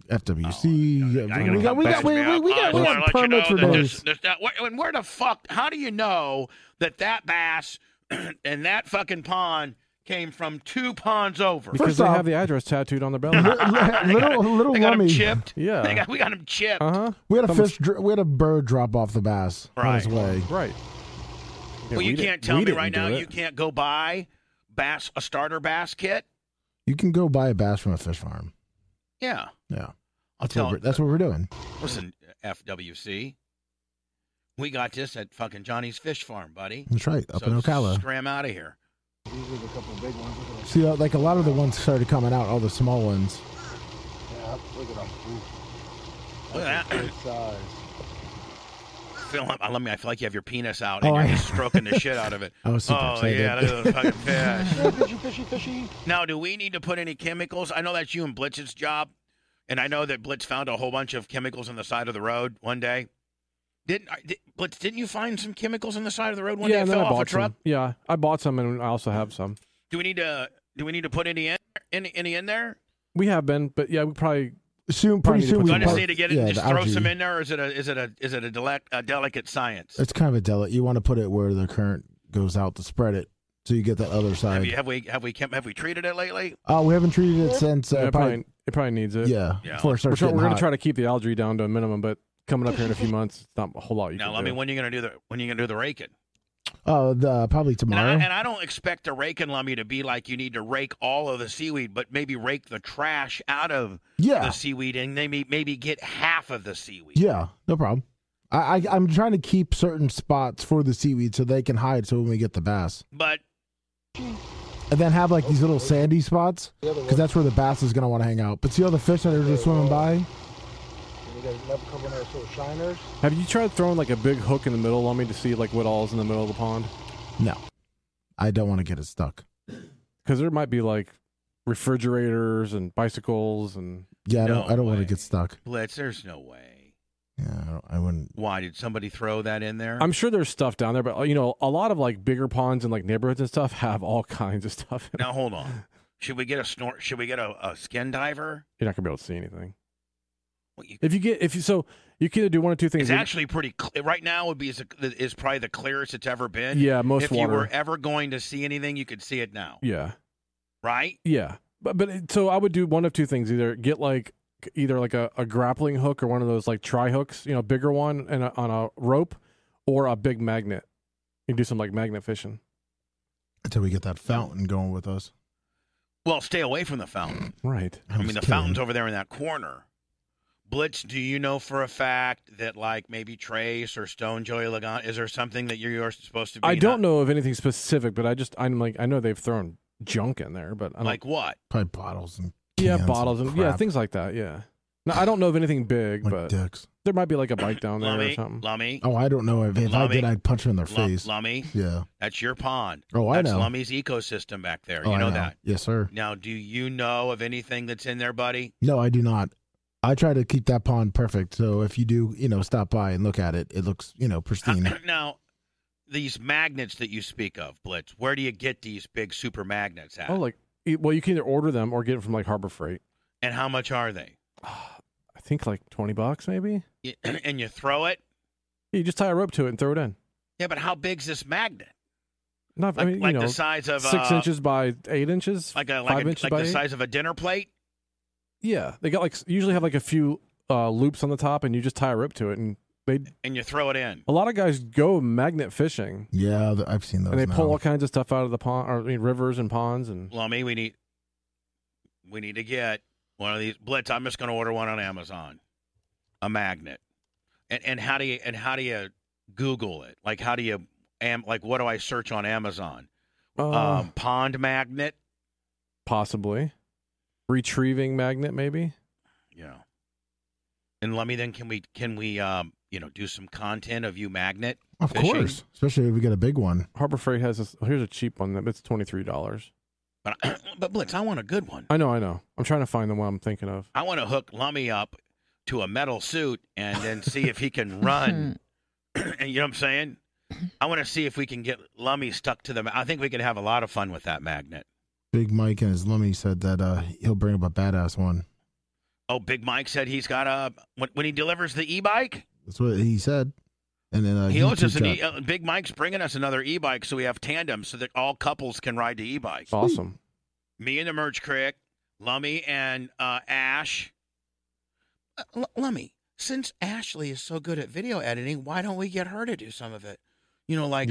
C: FWC.
A: Oh, I
C: yeah,
A: gotta
C: we got
A: come
C: we
A: back
C: got
A: to
C: we,
A: me.
C: we, we
A: I-
C: got
A: I
C: we
A: wanna
C: got
A: let you know
C: permits for
A: that
C: days.
A: there's- there's not- where- and where the fuck? How do you know that that bass <clears throat> and that fucking pond came from two ponds over?
D: because
C: First
D: they
C: off-
D: have the address tattooed on
C: <laughs>
D: their belly.
A: <laughs>
C: Li- little little
A: They got him
C: lummy.
A: chipped.
D: Yeah.
A: They got, we got him chipped.
D: Uh huh.
C: We had a fish. dr- We had a bird drop off the bass on his
A: Right.
C: way.
D: Right. Yeah,
A: well,
D: we
A: you
D: di-
A: can't tell
D: we
A: me
D: didn't
A: right
D: do
A: now.
D: it.
A: You can't go buy bass a starter bass kit.
C: You can go buy a bass from a fish farm.
A: Yeah.
C: Yeah,
A: I'll
C: that's
A: tell
C: what we're, that's what we're doing.
A: Listen, FWC, we got this at fucking Johnny's Fish Farm, buddy.
C: That's right, up in
A: So
C: Ocala.
A: Scram out of here.
H: These are the couple big ones. Look at them.
C: See, uh, like a lot of the ones started coming out, all the small ones.
H: Yeah, look at them.
A: Look at that. <coughs>
H: Good size.
A: Phil, I, let me. I feel like you have your penis out
C: Oh,
A: and
C: I-
A: you're just stroking the shit out of it.
C: I was super
A: oh
C: excited.
A: yeah, look at those fucking fish.
H: Yeah, fishy, fishy, fishy.
A: Now, do we need to put any chemicals? I know that's you and Blitz's job, and I know that Blitz found a whole bunch of chemicals on the side of the road one day. Didn't I- did, Blitz? Didn't you find some chemicals on the side of the road one
D: yeah,
A: day? It
D: and then
A: fell
D: I
A: off a
D: bought
A: truck.
D: some. Yeah, I bought some, and I also have some.
A: Do we need to? Do we need to put any in? Any, any in there?
D: We have been, but yeah, we probably
C: Soon,
D: Probably
C: pretty
D: need to
C: soon.
D: put
C: we
D: some
A: Do I
D: in.
A: just
C: part-
A: need to get it?
C: yeah,
A: and just
C: the
A: throw
C: algae.
A: some in there, or is it a is it a is it a, dele- a delicate science?
C: <laughs> It's kind of a delicate. You want to put it where the current goes out to spread it, so you get that other
A: Have,
C: side.
A: you, have we have we chem- have we treated it lately?
C: Oh, we haven't treated it since uh,
D: it,
C: probably,
D: probably, it probably needs it.
C: yeah,
A: Yeah.
C: before it
D: we're,
C: starts
D: try-
C: getting
D: we're gonna
C: hot.
D: try to keep the algae down to a minimum, but coming up here in a few months, it's not a whole lot. You
A: Now,
D: can
A: let me.
D: do.
A: When you gonna do the when you gonna do the raking?
C: Oh, the probably
A: And
C: tomorrow.
A: I, and I don't expect the rake and lummy to be like you need to rake all of the seaweed, but maybe rake the trash out of
C: yeah,
A: the seaweed and maybe maybe get half of the seaweed.
C: yeah, no problem. I, I I'm trying to keep certain spots for the seaweed so they can hide. So when we get the bass,
A: But
C: and then have like these little sandy spots
H: The other
C: because
H: one.
C: that's where the bass is gonna want to hang out. But see all the fish that are just swimming by.
H: We got another couple of those little shiners.
D: Have you tried throwing like a big hook in the middle on me to see like what all's in the middle of the pond?
C: No, I don't want to get it stuck.
D: Because there might be like refrigerators and bicycles and
C: Yeah, I
A: No
C: don't. I don't want
A: way.
C: to get stuck.
A: Blitz, there's no way.
C: Yeah, I, don't, I wouldn't.
A: Why did somebody throw that in there?
D: I'm sure there's stuff down there, but you know, a lot of like bigger ponds and like neighborhoods and stuff have all <laughs> kinds of stuff. in 'em.
A: now hold on. Should we get a snort? Should we get a, a skin diver?
D: You're not gonna be able to see anything
A: Well, you-
D: if you get if you so you can either do one or two things.
A: It's actually pretty. Cl- right now would be is, is probably the clearest it's ever been.
D: yeah, most
A: if
D: water.
A: you were ever going to see anything, you could see it now,
D: yeah,
A: right?
D: yeah, but but it- so I would do one of two things: either get like either like a, a grappling hook or one of those like tri hooks, you know, bigger one and a, on a rope, or a big magnet. You can do some like magnet fishing.
C: Until we get that fountain going with us.
A: Well, stay away from the fountain.
D: Right.
A: I mean,
C: was
A: the
C: kidding.
A: fountain's over there in that corner. Blitz, do you know for a fact that like maybe Trace or Stone Joey Lagan is there something that you're, you're supposed to be?
D: I don't
A: not-
D: know of anything specific, but I just I'm like I know they've thrown junk in there, but I don't
A: Like what?
C: Probably bottles and
D: yeah,
C: cans
D: bottles and, yeah,
C: crap,
D: things like that. Yeah. No, I don't know of anything big,
C: like
D: but
C: dicks.
D: there might be like a bike down there or
A: Lummy,
D: something.
A: Lummy,
C: Oh, I don't know. If, if I
A: Lummy.
C: did, I'd punch her in their
A: Lum-
C: face.
A: Lummy.
C: Yeah.
A: That's your pond.
C: Oh, I
A: That's
C: know.
A: Lummy's ecosystem back there.
C: Oh,
A: you
C: I
A: know, that.
C: Yes, sir.
A: Now, do you know of anything that's in there, buddy?
C: No, I do not. I try to keep that pond perfect. So if you do, you know, stop by and look at it, it looks, you know,
A: <laughs>
C: pristine.
A: Uh, <clears throat> now, these magnets that you speak of, Blitz, where do you get these big super magnets at?
D: Oh, like e- well, you can either order them or get them from like Harbor Freight. <sighs>
A: and how much are they?
D: I think like twenty bucks maybe.
A: You- <clears throat> and you throw it.
D: You just tie a rope to it and throw it in.
A: Yeah, but how big's this magnet?
D: Not
A: Like,
D: I mean,
A: like
D: you know,
A: the size of
D: six
A: uh,
D: inches by eight inches,
A: like a
D: five
A: like, a,
D: inches
A: like
D: by
A: the
D: eight?
A: size of a dinner plate.
D: Yeah, they got like s- usually have like a few uh, loops on the top, and you just tie a rope to it, and they
A: and you throw it in.
D: a lot of guys go magnet fishing,
C: yeah, th- I've seen those.
D: and they pull
C: now.
D: all kinds of stuff out of the pond, or I mean, rivers and ponds, and
A: Lummy, we need we need to get one of these blitz. I'm just going to order one on Amazon, a magnet. And and how do you and how do you Google it? Like how do you am like what do I search on Amazon?
D: uh,
A: um, pond magnet.
D: possibly retrieving magnet, maybe.
A: Yeah. And Lummy, then can we can we um you know do some content of you magnet?
C: Of
A: fishing.
C: course. Especially if we get a big one.
D: Harbor Freight has this. Here's a cheap one. That it's twenty three dollars.
A: But <clears throat> but blitz, I want a good one.
D: I know, I know. I'm trying to find the one I'm thinking of.
A: I want to hook Lummy up to a metal suit and then see if he can run. <clears throat> and you know what I'm saying? I want to see if we can get Lummy stuck to the. ma- I think we can have a lot of fun with that magnet.
C: Big Mike and his Lummy said that uh, he'll bring up a badass one.
A: Oh, Big Mike said he's got a when, when he delivers the e-bike.
C: That's what he said. And then uh,
A: he owes us an
C: YouTube
A: e,
C: chat.
A: uh, Big Mike's bringing us another e-bike, so we have tandems so that all couples can ride the e-bikes.
D: Awesome.
A: Me and the merch crick, Lummy and uh, Ash. Uh, L- Lummy, since Ashley is so good at video editing, why don't we get her to do some of it? You know, like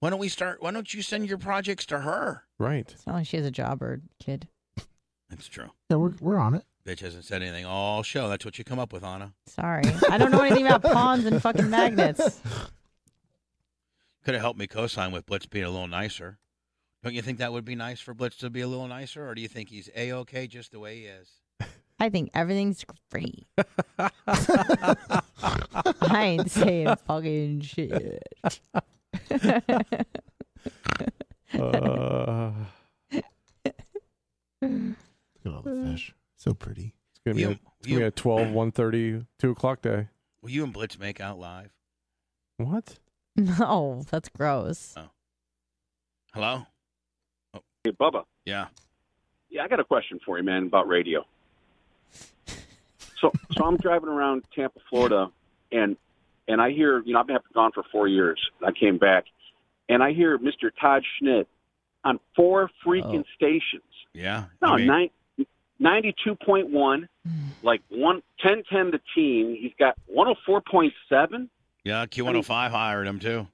A: Why don't we start? Why don't you send your projects to her? <laughs>
D: Right.
B: It's not like she has a job or kid.
A: That's true.
C: Yeah, we're we're on it.
A: Bitch hasn't said anything all show. That's what you come up with, Anna.
B: Sorry. I don't know anything about pawns and fucking magnets.
A: Could have helped me co-sign with Blitz being a little nicer. Don't you think that would be nice for Blitz to be a little nicer, or do you think he's a okay just the way he is?
B: I think everything's
A: <laughs>
B: free. I ain't saying fucking shit. <laughs>
D: Uh,
C: Look at all the fish. Eh, So pretty.
D: it's gonna be,
A: You-
D: a, it's gonna be
A: you-
D: a 12, 1.30, 2 o'clock day.
A: Will you and Blitz make out live?
D: What?
B: No, that's gross.
A: Hello.
I: Hey, Bubba.
A: Yeah.
I: Yeah, I got a question for you, man, about radio. So, <laughs> so I'm driving around Tampa, Florida, and and I hear, you know, I've been gone for four years. I came back, and I hear Mr. Todd Schnitt on four freaking stations.
A: Yeah.
I: No,
A: I mean,
I: nine, 92.1, like one, 1010 the team. He's got 104.7.
A: yeah. Q105 hired him too.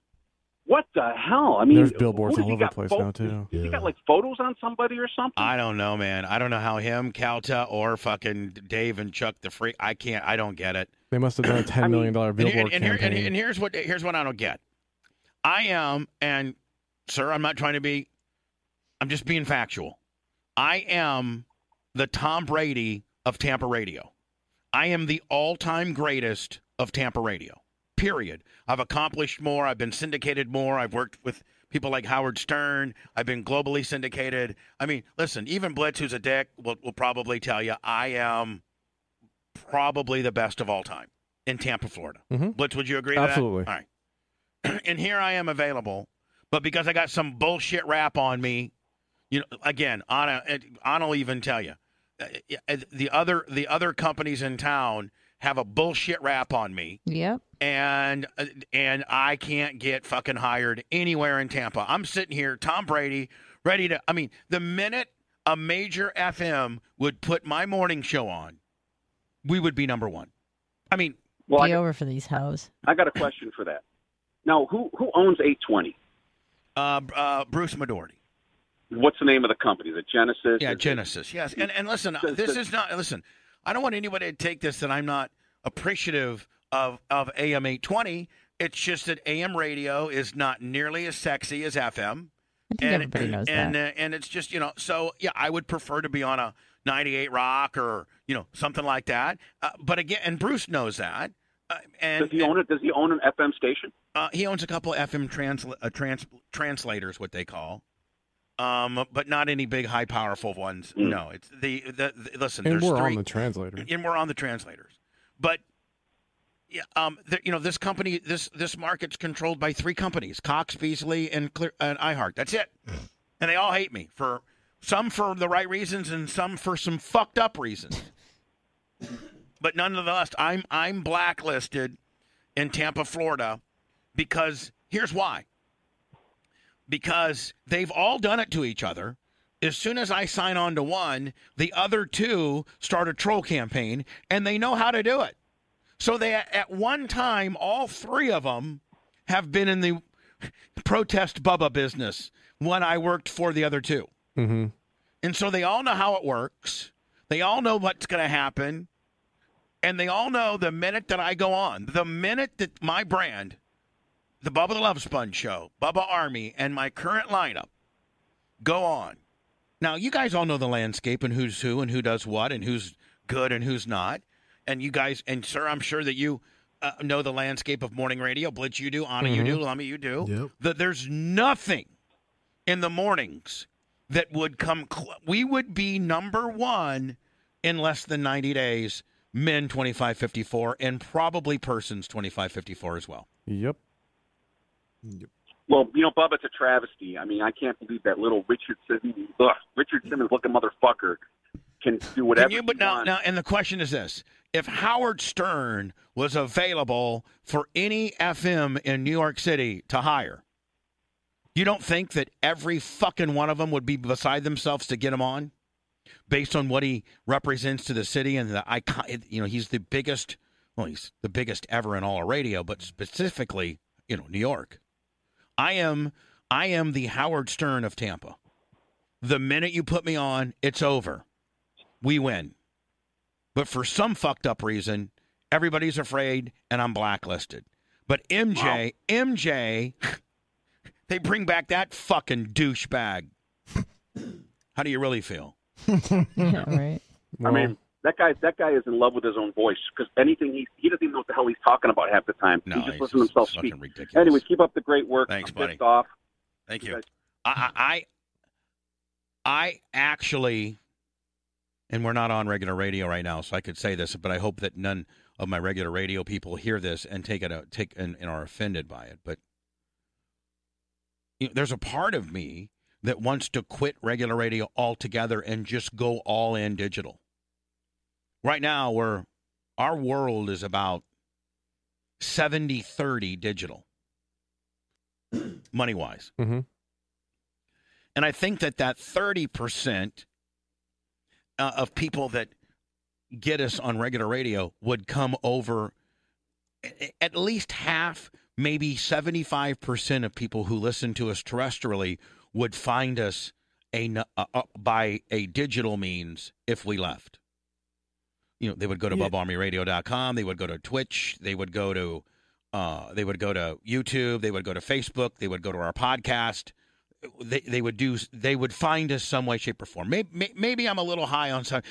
I: What the hell? I mean,
D: There's billboards
I: what has
D: all
I: he
D: over the
I: got
D: place
I: pho-
D: now, too.
I: has He got like photos on somebody or something.
A: I don't know, man. I don't know how him, Calta, or fucking Dave and Chuck the freak. I can't. I don't get it.
D: They must have
A: <clears throat>
D: done a ten million dollar
A: And,
D: billboard
A: and- and here- and-
D: campaign.
A: and here's what here's what I don't get. I am, and sir, I'm not trying to be. I'm just being factual. I am the Tom Brady of Tampa radio. I am the all-time greatest of Tampa radio. Period. I've accomplished more. I've been syndicated more. I've worked with people like Howard Stern. I've been globally syndicated. I mean, listen, even Blitz, who's a dick, will, will probably tell you I am probably the best of all time in Tampa, Florida.
D: Mhm.
A: Blitz, would you agree?
D: Absolutely.
A: To that? All right. <clears throat> and here I am available, but because I got some bullshit rap on me, you know, again, Anna, it- Anna will even tell you, uh, uh, the other the other companies in town have a bullshit rap on me,
B: Yep.
A: and uh, and I can't get fucking hired anywhere in Tampa. I'm sitting here, Tom Brady, ready to. I mean, the minute a major FM would put my morning show on, we would be number one. I mean,
I: well, I
B: Be
I: got-
B: over for these hoes.
I: I got a question for that. Now, who who owns 820?
A: uh, uh, Bruce Madorty.
I: What's the name of the company? Is it Genesis?
A: Yeah,
I: Is it-
A: Genesis. Yes, and and listen,
I: So-
A: this
I: so-
A: is not. Listen, I don't want anybody to take this that I'm not appreciative of of AM 820. It's just that AM radio is not nearly as sexy as FM.
B: I think everybody knows
A: and,
B: that.
A: Uh, and it's just you know, so yeah, I would prefer to be on a 98 Rock or you know something like that. Uh, but again, and Bruce knows that. Uh, and
I: Does he own it? Does he own an FM station?
A: uh, he owns a couple FM trans, uh, trans translators, what they call, um, but not any big, high, powerful ones.
I: Hmm.
A: No, it's the, the, the listen.
D: and
A: there's
D: we're
A: three,
D: on the translator.
A: and we're on the translators, but yeah, um, there- you know, this company, this this market's controlled by three companies: Cox, Beasley, and Clear and iHeart. That's it, and they all hate me for some for the right reasons and some for some fucked up reasons. but nonetheless, I'm I'm blacklisted in Tampa, Florida, because here's why. Because they've all done it to each other. As soon as I sign on to one, the other two start a troll campaign, and they know how to do it. So they, at one time, all three of them have been in the protest Bubba business. One I worked for, the other two.
D: Mm-hmm.
A: And so they all know how it works. They all know what's going to happen. And they all know the minute that I go on, the minute that my brand, the Bubba the Love Sponge Show, Bubba Army, and my current lineup go on. Now, you guys all know the landscape and who's who and who does what and who's good and who's not. And you guys, and sir, I'm sure that you uh, know the landscape of morning radio. Blitz, you do. Anna, you do. Lama, you do.
C: Yep.
A: That there's nothing in the mornings that would come. Cl- we would be number one in less than 90 days, men 2554, and probably persons 2554 as well.
D: Yep.
I: Well, you know, Bubba, it's a travesty. I mean, I can't believe that little Richard Simmons, ugh, Richard Simmons looking motherfucker can do whatever
A: Can you,
I: he
A: but now,
I: wants.
A: now, and the question is this: If Howard Stern was available for any FM in New York City to hire, You don't think that every fucking one of them would be beside themselves to get him on, based on what he represents to the city and the icon? You know, he's the biggest. Well, he's the biggest ever in all of radio, but specifically, you know, New York. I am, I am the Howard Stern of Tampa. The minute you put me on, it's over. We win. But for some fucked up reason, everybody's afraid and I'm blacklisted. But MJ, MJ, <laughs> they bring back that fucking douchebag. How do you really feel?
B: <laughs> yeah, right.
I: I mean, that guy that guy is in love with his own voice because anything he he doesn't even know what the hell he's talking about half the time.
A: No,
I: he just
A: he's
I: listens to
A: just
I: himself
A: fucking
I: speak.
A: ridiculous.
I: Anyways, keep up the great work.
A: Thanks,
I: I'm pissed
A: buddy.
I: off.
A: Thank
I: You
A: you.
I: guys-
A: I, I, I- I actually, and we're not on regular radio right now, so I could say this, but I hope that none of my regular radio people hear this and take it out, take and, and are offended by it. But you know, there's a part of me that wants to quit regular radio altogether and just go all in digital. Right now, we're our world is about 70 30 digital money wise.
D: Mhm.
A: And I think that that 30% uh, of people that get us on regular radio would come over a- at least half, maybe 75% of people who listen to us terrestrially would find us a, n- uh, uh, by a digital means if we left. You know, they would go to
D: Yeah.
A: bubarmyradio.com, they would go to Twitch, they would go to uh, they would go to YouTube, they would go to Facebook, they would go to our podcast. They, they would do they would find us some way shape or form. Maybe, maybe I'm a little high on some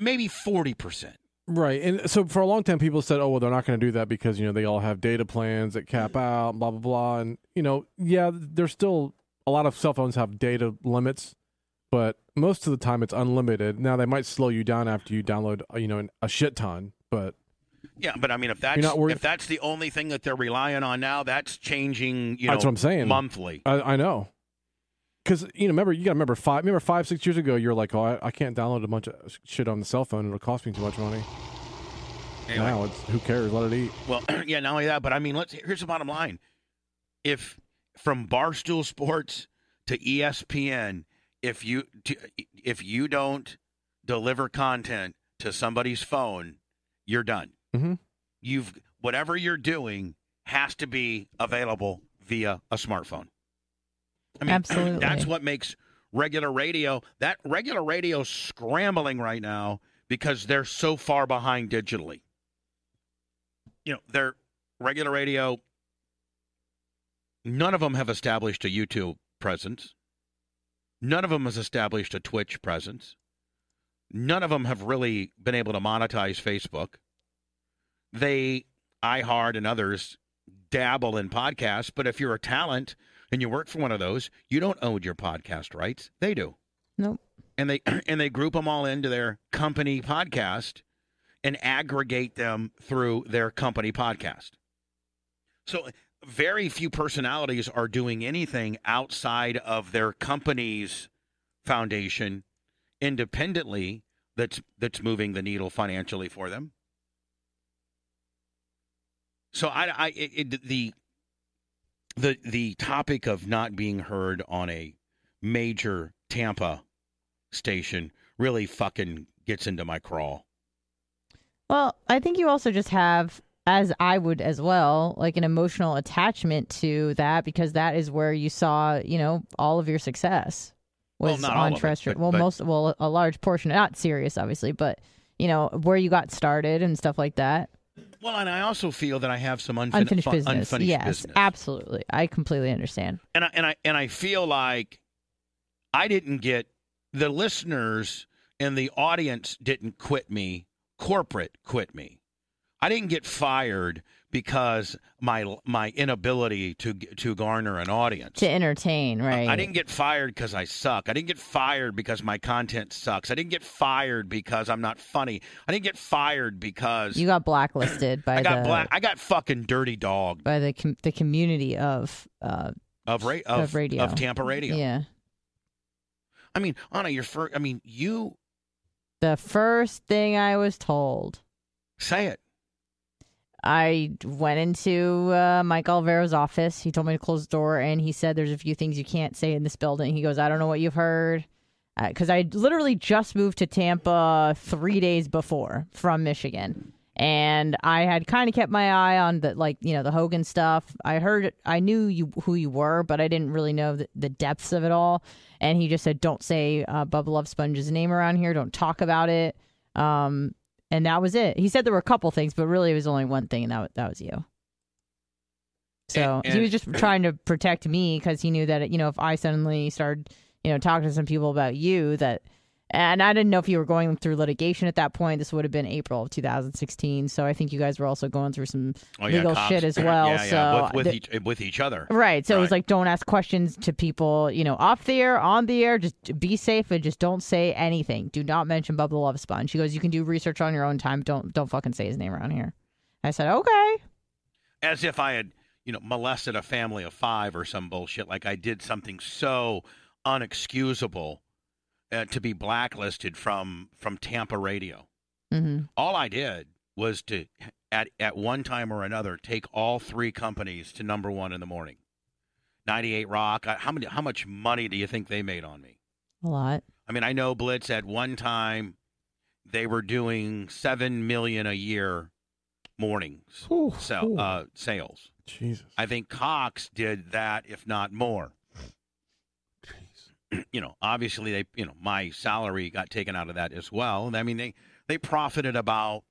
A: maybe 40%.
D: Right. And so for a long time, people said, oh, well, they're not going to do that because, you know, they all have data plans that cap
A: Mm.
D: out, blah, blah, blah. And, you know, yeah, there's still a lot of cell phones have data limits, but most of the time it's unlimited. Now, they might slow you down after you download, uh, you know, an- a shit ton, but
A: Yeah, but I mean, if that's
D: not worried-
A: if that's the only thing that they're relying on now, that's changing. You know,
D: That's what I'm saying. Uh,
A: Monthly.
D: I, I know. Because, you know, remember, you got to remember five, remember five, six years ago, you're like, oh, I, I can't download a bunch of shit on the cell phone. It'll cost me too much money.
A: Anyway.
D: Now it's who cares? Let it eat.
A: Well, <clears throat> yeah, not only that, but I mean, let's. Here's the bottom line: if from Barstool Sports to E ESPN, if you to, if you don't deliver content to somebody's phone, you're done.
D: Mhm.
A: You've whatever you're doing has to be available via a smartphone. I mean,
B: Absolutely.
A: That's what makes regular radio that regular radio scrambling right now because they're so far behind digitally. You know, they're regular radio. None of them have established a YouTube presence. None of them has established a Twitch presence. None of them have really been able to monetize Facebook. They, iHeart and others, dabble in podcasts, but if you're a talent and you work for one of those, you don't own your podcast rights. They do.
B: Nope.
A: And they <clears throat> and they group them all into their company podcast and aggregate them through their company podcast. So very few personalities are doing anything outside of their company's foundation independently that's that's moving the needle financially for them. So I, I it, it- the the the topic of not being heard on a major Tampa station really fucking gets into my crawl.
B: Well, I think you also just have, as I would as well, like an emotional attachment to that because that is where you saw, you know, all of your success
A: Well,
B: was
A: not all
B: on
A: of it,
B: terrestrial.
A: but-
B: Well,
A: but-
B: most, well, a large portion, not serious, obviously, but you know where you got started and stuff like that.
A: Well, and I also feel that I have some unfin-
B: Unfinished
A: fun-
B: business.
A: unfinished
B: yes,
A: business.
B: absolutely. I completely understand.
A: and I and I and I feel like I didn't get the listeners and the audience didn't quit me. Corporate quit me. I didn't get fired because my my inability to to garner an audience.
B: To entertain,
A: I-
B: right?
A: I didn't get fired because I suck. I didn't get fired because my content sucks. I didn't get fired because I'm not funny. I didn't get fired because
B: You got blacklisted by
A: I got
B: the
A: black. I got fucking dirty dog
B: by the com- the community of uh,
A: of ra- of,
B: Of radio.
A: of Tampa radio.
B: yeah
A: I mean, Anna, your first. I mean, you
B: the first thing I was told.
A: say it.
B: I went into uh, Mike Alvero's office. He told me to close the door, and he said, "There's a few things you can't say in this building." He goes, "I don't know what you've heard," because I literally just moved to Tampa three days before from Michigan, and I had kind of kept my eye on the like you know the Hogan stuff. I heard, I knew you who you were, but I didn't really know the, the depths of it all. And he just said, "Don't say uh, Bubba Love Sponge's name around here. Don't talk about it." Um, and that was it. He said there were a couple things, but really it was only one thing, and that wa- that was you. So he was just trying to protect me because he knew that you know if I suddenly started you know talking to some people about you that, and I didn't know if you were going through litigation at that point. This would have been April of 2016, so I think you guys were also going through some
A: Oh, yeah,
B: legal
A: cops.
B: shit
A: <clears throat>
B: as well.
A: yeah, yeah.
B: So
A: with, with,
B: th-
A: each, eh, with each other.
B: Right. So it was like, don't ask questions to people, you know, off the air, on the air. Just be safe and just don't say anything. Do not mention Bubba the Love Sponge. She goes, you can do research on your own time. Don't don't fucking say his name around here. I said, okay.
A: as if I had, you know, molested a family of five or some bullshit. Like I did something so unexcusable uh, to be blacklisted from from Tampa radio.
B: Mm-hmm.
A: All I did was to, at at one time or another, take all three companies to number one in the morning. Ninety eight Rock. I, how many? How much money do you think they made on me?
B: A lot.
A: I mean, I know Blitz at one time they were doing seven million a year mornings so uh, sales.
D: Jesus.
A: I think Cox did that, if not more. <clears throat> you know, obviously they, you know, my salary got taken out of that as well. And I mean, they they profited about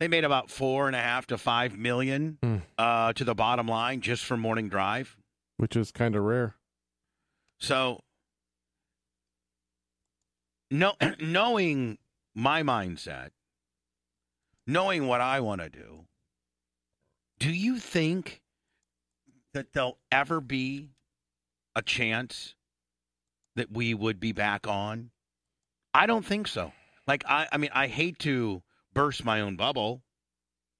A: they made about four and a half to five million
D: Hmm.
A: uh, to the bottom line just for morning drive.
D: which is kind of rare.
A: So, no, <clears throat> knowing my mindset, knowing what I want to do, do you think that there'll ever be a chance that we would be back on? I don't think so. Like I, I mean, I hate to burst my own bubble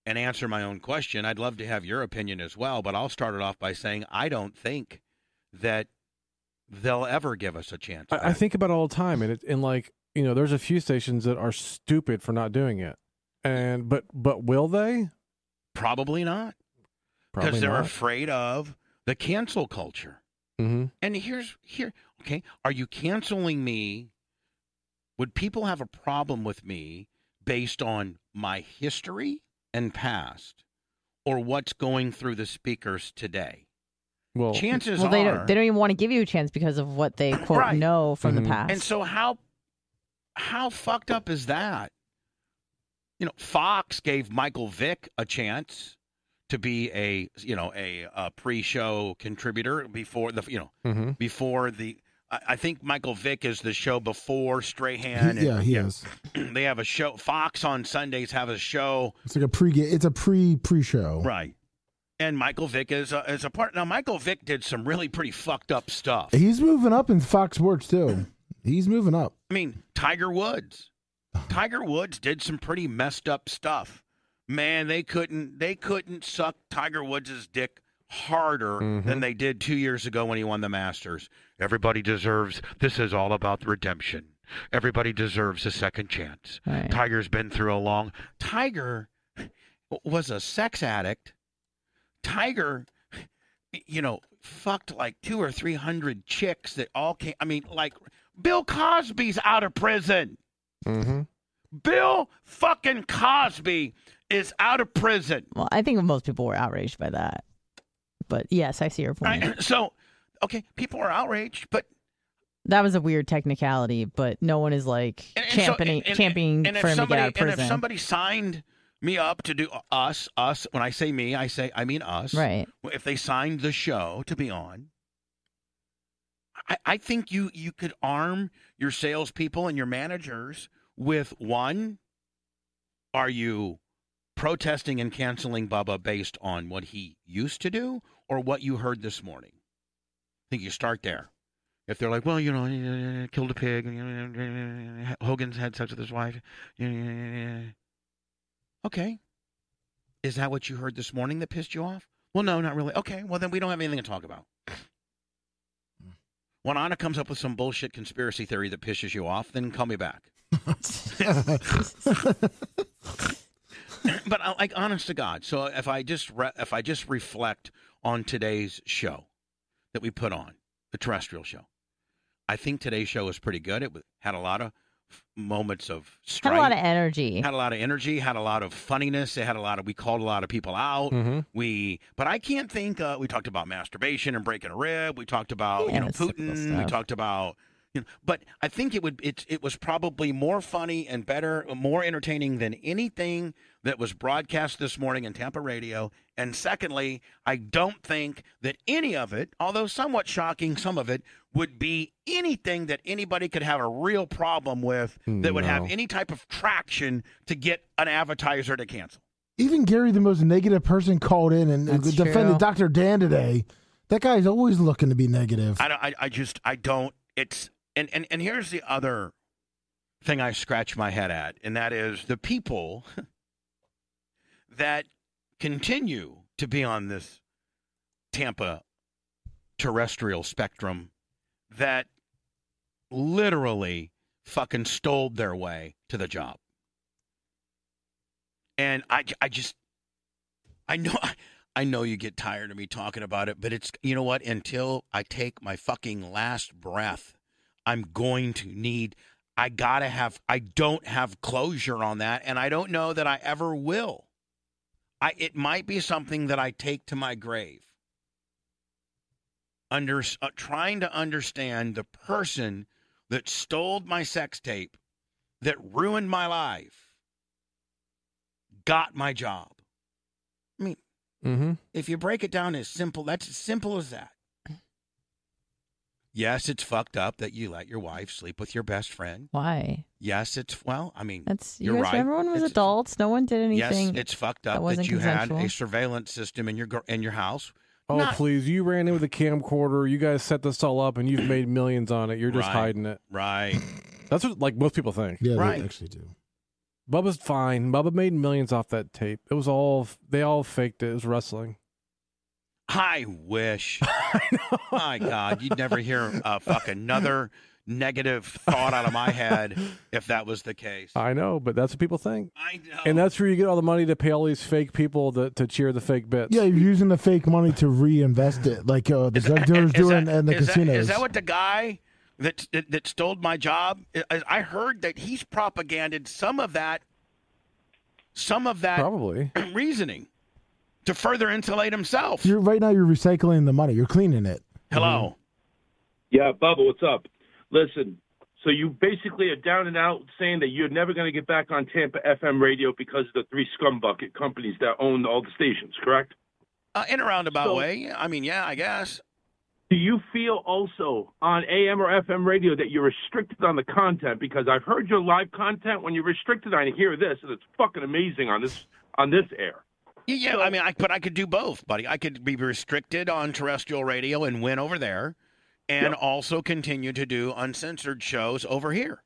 A: and answer my own question. I'd love to have your opinion as well, but I'll start it off by saying I don't think that they'll ever give us a chance.
D: I, I
A: back.
D: think about it all the time, and it and like you know, there's a few stations that are stupid for not doing it, and but but will they?
A: probably not because
D: Probably
A: they're
D: not.
A: afraid of the cancel culture.
D: Mm-hmm.
A: And here's here, okay, are you canceling me? Would people have a problem with me based on my history and past or what's going through the speakers today?
D: Well,
A: Chances
B: well, they
A: are
B: don't they don't even want to give you a chance because of what they quote
A: Right. Mm-hmm.
B: know from
D: Mhm.
B: the past.
A: And so how how fucked up is that? You know, Fox gave Michael Vick a chance to be a you know a, a pre-show contributor before the you know
D: mm-hmm.
A: before the. I I think Michael Vick is the show before Strahan.
C: He, yeah,
A: and
C: he is.
A: <clears throat> They have a show. Fox on Sundays have a show.
C: It's like a pre. It's a pre pre show.
A: Right. And Michael Vick is a, is a part. Now, Michael Vick did some really pretty fucked up stuff.
C: He's moving up in Fox Sports too. He's moving
A: <laughs>
C: up. <laughs>
A: I mean, Tiger Woods. Tiger Woods did some pretty messed up stuff. Man, they couldn't they couldn't suck Tiger Woods' dick harder than they did 2 years ago when he won the Masters. Everybody deserves this is all about redemption. Everybody deserves a second chance.
B: Right.
A: Tiger's been through a long Tiger was a sex addict. Tiger you know, fucked like two or three hundred chicks that all came. I mean, like Bill Cosby's out of prison.
D: Mm-hmm.
A: Bill fucking Cosby is out of prison.
B: well, I think most people were outraged by that. But yes, I see your point.
A: Right? <clears throat> So, okay, people are outraged, but
B: <clears throat> That was a weird technicality, but no one is like
A: and- and so-
B: championing
A: and- and-
B: championing
A: and if
B: for him to get
A: somebody-
B: out of
A: And if
B: prison.
A: somebody signed me up to do us, us. When I say me, I say I mean us.
B: right.
A: if they signed the show to be on, I, I think you you could arm your salespeople and your managers with one: Are you protesting and canceling Bubba based on what he used to do or what you heard this morning? I think you start there. If they're like, well, you know, killed a pig, Hogan's had sex with his wife. Okay. Is that what you heard this morning that pissed you off? Well, no, not really. Okay, well, then we don't have anything to talk about. When Anna comes up with some bullshit conspiracy theory that pisses you off, then call me back. <clears throat> but I- like honest to God, so if I just re- if I just reflect on today's show that we put on the terrestrial show, I think today's show was pretty good. It was, had a lot of f- moments of strife,
B: Had a lot of energy.
A: had a lot of energy, had a lot of funniness. It had a lot of we called a lot of people out.
D: Mhm.
B: Mm-hmm.
A: We, but I can't think. Uh, we talked about masturbation and breaking a rib. We talked about
B: Yeah,
A: you know
B: that's typical
A: Putin. We
B: stuff.
A: talked about you know, but I think it would. It it was probably more funny and better, more entertaining than anything that was broadcast this morning in Tampa radio. And secondly, I don't think that any of it, although somewhat shocking, some of it would be anything that anybody could have a real problem with that would have
D: No.
A: any type of traction to get an advertiser to cancel.
C: Even Gary, the most negative person, called in and
B: That's
C: defended
B: true.
C: Dr. Dan today. That guy's always looking to be negative.
A: I don't. I, I just. I don't. It's and and and here's the other thing I scratch my head at, and that is the people <laughs> that continue to be on this Tampa terrestrial spectrum that literally fucking stole their way to the job. And I, j- I just, I know, I know you get tired of me talking about it, but it's, you know what? Until I take my fucking last breath, I'm going to need, I gotta have, I don't have closure on that. And I don't know that I ever will. I, it might be something that I take to my grave. Under, uh, trying to understand the person that stole my sex tape, that ruined my life, got my job.
D: Mm-hmm.
A: If you break it down as simple, that's as simple as that. Yes, it's fucked up that you let your wife sleep with your best friend.
B: Why?
A: Yes, it's well, I mean,
B: That's you
A: you're
B: guys-
A: right.
B: Everyone was
A: It's-
B: adults. No one did
A: Yes,
B: anything.
A: it's fucked up that,
B: wasn't
A: you had
B: consensual.
A: a surveillance system in your gar- in your house.
D: Oh
A: Not-
D: please! You ran in with a camcorder. You guys set this all up, and you've made millions on it. You're just
A: Right.
D: hiding it.
A: Right.
D: That's what like most people think.
C: yeah,
A: Right.
C: they actually do.
D: Bubba's fine. Bubba made millions off that tape. It was all they all faked it. It was wrestling.
A: I wish.
D: <laughs> I know.
A: My God, you'd never hear uh, fuck another negative thought out
D: <laughs>
A: of my head if that was the case.
D: I know, but that's what people think,
A: I know.
D: and that's where you get all the money to pay all these fake people to, to cheer the fake bits.
C: Yeah, you're using the fake money to reinvest it, like uh, the
A: <laughs>
C: drug dealers
A: Is
C: doing
A: that-
C: and the
A: is that-
C: casinos.
A: is that what the guy that that, that stole my job? I, I heard that he's propaganded some of that, some of that
D: probably.
A: reasoning to further insulate himself.
C: you're right now. You're recycling the money. You're cleaning it.
A: Hello,
J: Yeah, Bubba, what's up? Listen, so you basically are down and out saying that you're never going to get back on Tampa FM radio because of the three scumbucket companies that own all the stations, correct?
A: uh, in a roundabout
J: So-
A: way. I mean, yeah, I guess.
J: Do you feel also on AM or FM radio that you're restricted on the content? Because I've heard your live content when you're restricted on hear this, and it's fucking amazing on this on this air.
A: Yeah, yeah, I mean, I, but I could do both, buddy. I could be restricted on terrestrial radio and win over there, and also continue to do uncensored shows over here.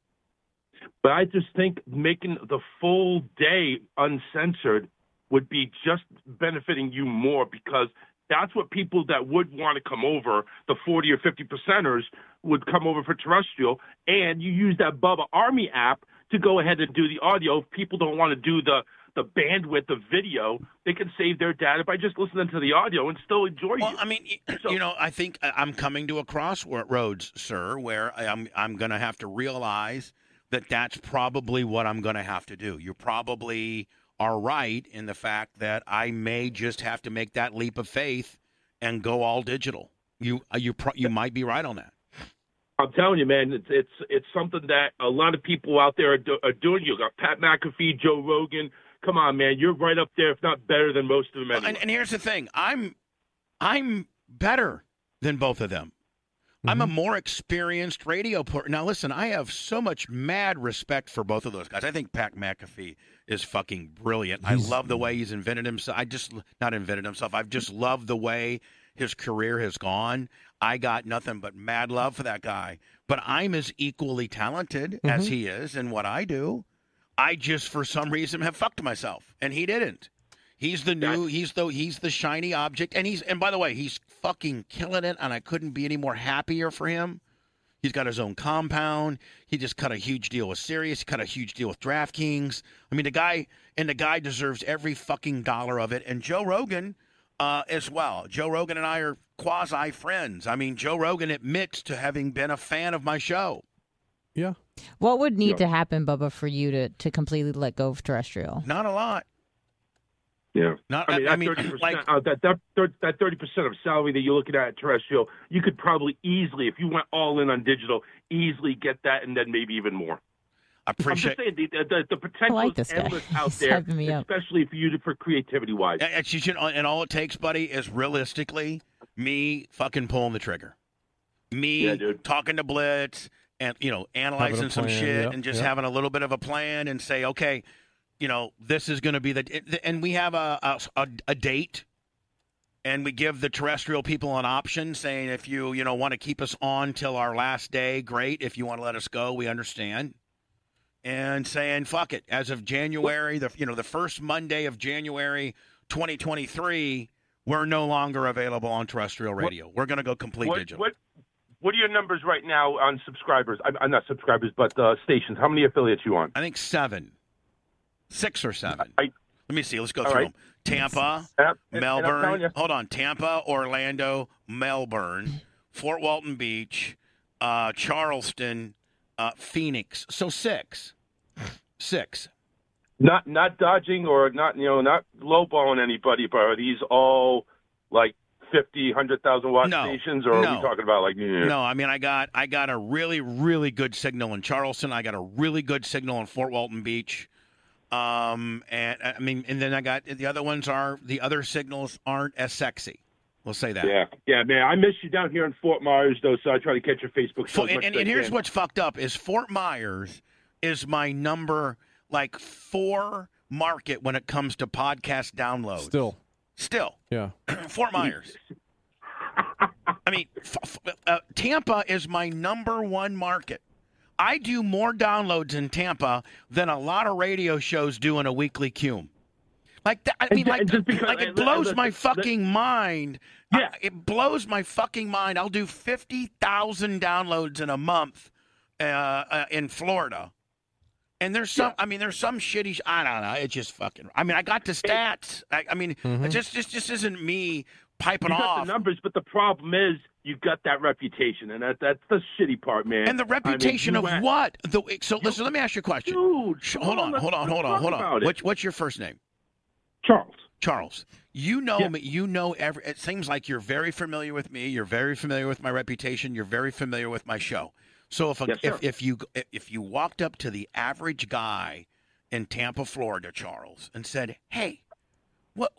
J: But I just think making the full day uncensored would be just benefiting you more because that's what people that would want to come over, the 40 or 50 percenters, would come over for terrestrial. And you use that Bubba Army app to go ahead and do the audio. If people don't want to do the the bandwidth of video, they can save their data by just listening to the audio and still enjoy
A: Well,
J: you.
A: I mean, y-
J: So-
A: you know, I think I- I'm coming to a crossroads, sir, where I- I'm I'm going to have to realize that that's probably what I'm going to have to do. You probably are right in the fact that I may just have to make that leap of faith and go all digital. You uh, you pro- you might be right on that.
J: I'm telling you, man, it's it's it's something that a lot of people out there are, do, are doing. You got Pat McAfee, Joe Rogan. Come on, man, you're right up there, if not better than most of them.
A: Well,
J: Anyway.
A: and, and here's the thing i'm i'm better than both of them i'm a more experienced radio per- now listen i have so much mad respect for both of those guys i think pat mcafee is fucking brilliant i love the way he's invented himself i just not invented himself i've just loved the way his career has gone i got nothing but mad love for that guy but i'm as equally talented as he is in what i do i just for some reason have fucked myself and he didn't He's the new. He's the he's the shiny object, and he's and by the way, he's fucking killing it, and I couldn't be any more happier for him. He's got his own compound. He just cut a huge deal with Sirius. He cut a huge deal with DraftKings. I mean, the guy and the guy deserves every fucking dollar of it. And Joe Rogan uh, as well. Joe Rogan and I are quasi friends. I mean, Joe Rogan admits to having been a fan of my show.
D: Yeah.
B: What would need to happen, Bubba, for you to, to completely let go of terrestrial?
A: Not a lot.
J: Yeah.
A: Not.
J: I mean,
A: I
J: that
A: mean,
J: thirty
A: <laughs>
J: percent,
A: like-
J: uh, that that thir- that thirty percent of salary that you're looking at at terrestrial, you could probably easily, if you went all in on digital, easily get that, and then maybe even more.
A: I
J: appreciate. I'm just saying the the, the potential
B: like
J: is
B: this guy.
J: endless
B: <laughs>
J: out
B: He's
J: there,
B: hyping me up.
J: especially for you to, for creativity wise.
A: And, and you should- and all it takes, buddy, is realistically me fucking pulling the trigger, me
J: Yeah, dude.
A: talking to Blitz, and you know analyzing some
D: plan,
A: shit
D: yeah,
A: and just
D: yeah.
A: having a little bit of a plan and say, okay, you know, this is going to be the. it- And we have a a, a a date, and we give the terrestrial people an option, saying if you you know want to keep us on till our last day, great. If you want to let us go, we understand and saying fuck it as of January the you know the first Monday of January 2023 we're no longer available on terrestrial radio. We're going to go complete
J: What,
A: digital.
J: what what are your numbers right now on subscribers? I'm, I'm not subscribers, but uh, stations. How many affiliates you on?
A: I think 7 6 or 7.
J: I-
A: Let me see. Let's go
J: All
A: through
J: right.
A: them. Tampa,
J: And- and I'm telling
A: Melbourne.
J: you-
A: Hold on. Tampa, Orlando, Melbourne, Fort Walton Beach, uh, Charleston, uh, Phoenix. So 6. 6.
J: not not dodging or not you know not lowballing anybody, but are these all like fifty, hundred thousand watt
A: No.
J: stations, or are
A: No.
J: we talking about like eh,
A: No, I mean I got I got a really really good signal in Charleston. I got a really good signal in Fort Walton Beach. Um, and I mean, and then I got the other ones are the other signals aren't as sexy. We'll say that.
J: Yeah, yeah, man. I miss you down here in Fort Myers, though, so I try to catch your Facebook.
A: Fo-
J: show as
A: and,
J: much
A: and,
J: as I
A: and here's
J: can.
A: what's fucked up is Fort Myers is my number like four market when it comes to podcast downloads.
D: Still.
A: Still.
D: Yeah.
A: <laughs> Fort Myers. I mean, f- f- uh, Tampa is my number one market. I do more downloads in Tampa than a lot of radio shows do in a weekly cume. Like that, I
J: And
A: mean,
J: ju-
A: like,
J: and just because-
A: like it
J: and- uh,
A: blows
J: and-
A: my
J: and-
A: fucking mind.
J: Yeah.
A: I- it blows my fucking mind. I'll do fifty thousand downloads in a month uh, uh, in Florida, and there's some. I mean, there's some shitty. Sh- I don't know. It's just fucking. I mean, I got the stats. I, I mean,
D: Mhm.
A: it just just just isn't me piping
J: Mm-hmm. You got
A: off.
J: the numbers, but the problem is you've got that reputation, and that that's the shitty part, man.
A: and the
J: I mean,
A: reputation
J: you
A: of
J: act-
A: what? The, so listen, let me ask you a question.
J: Dude,
A: Sh- hold on,
J: let's-
A: hold on,
J: let's
A: hold on,
J: talk
A: hold on.
J: about it.
A: What's, what's your first name?
J: Charles?
A: Charles, you know
J: Yeah.
A: me. You know every. It seems like you're very familiar with me. You're very familiar with my reputation. You're very familiar with my show. So if a,
J: Yes, sir.
A: if if you if you walked up to the average guy in Tampa, Florida, Charles, and said, "Hey, what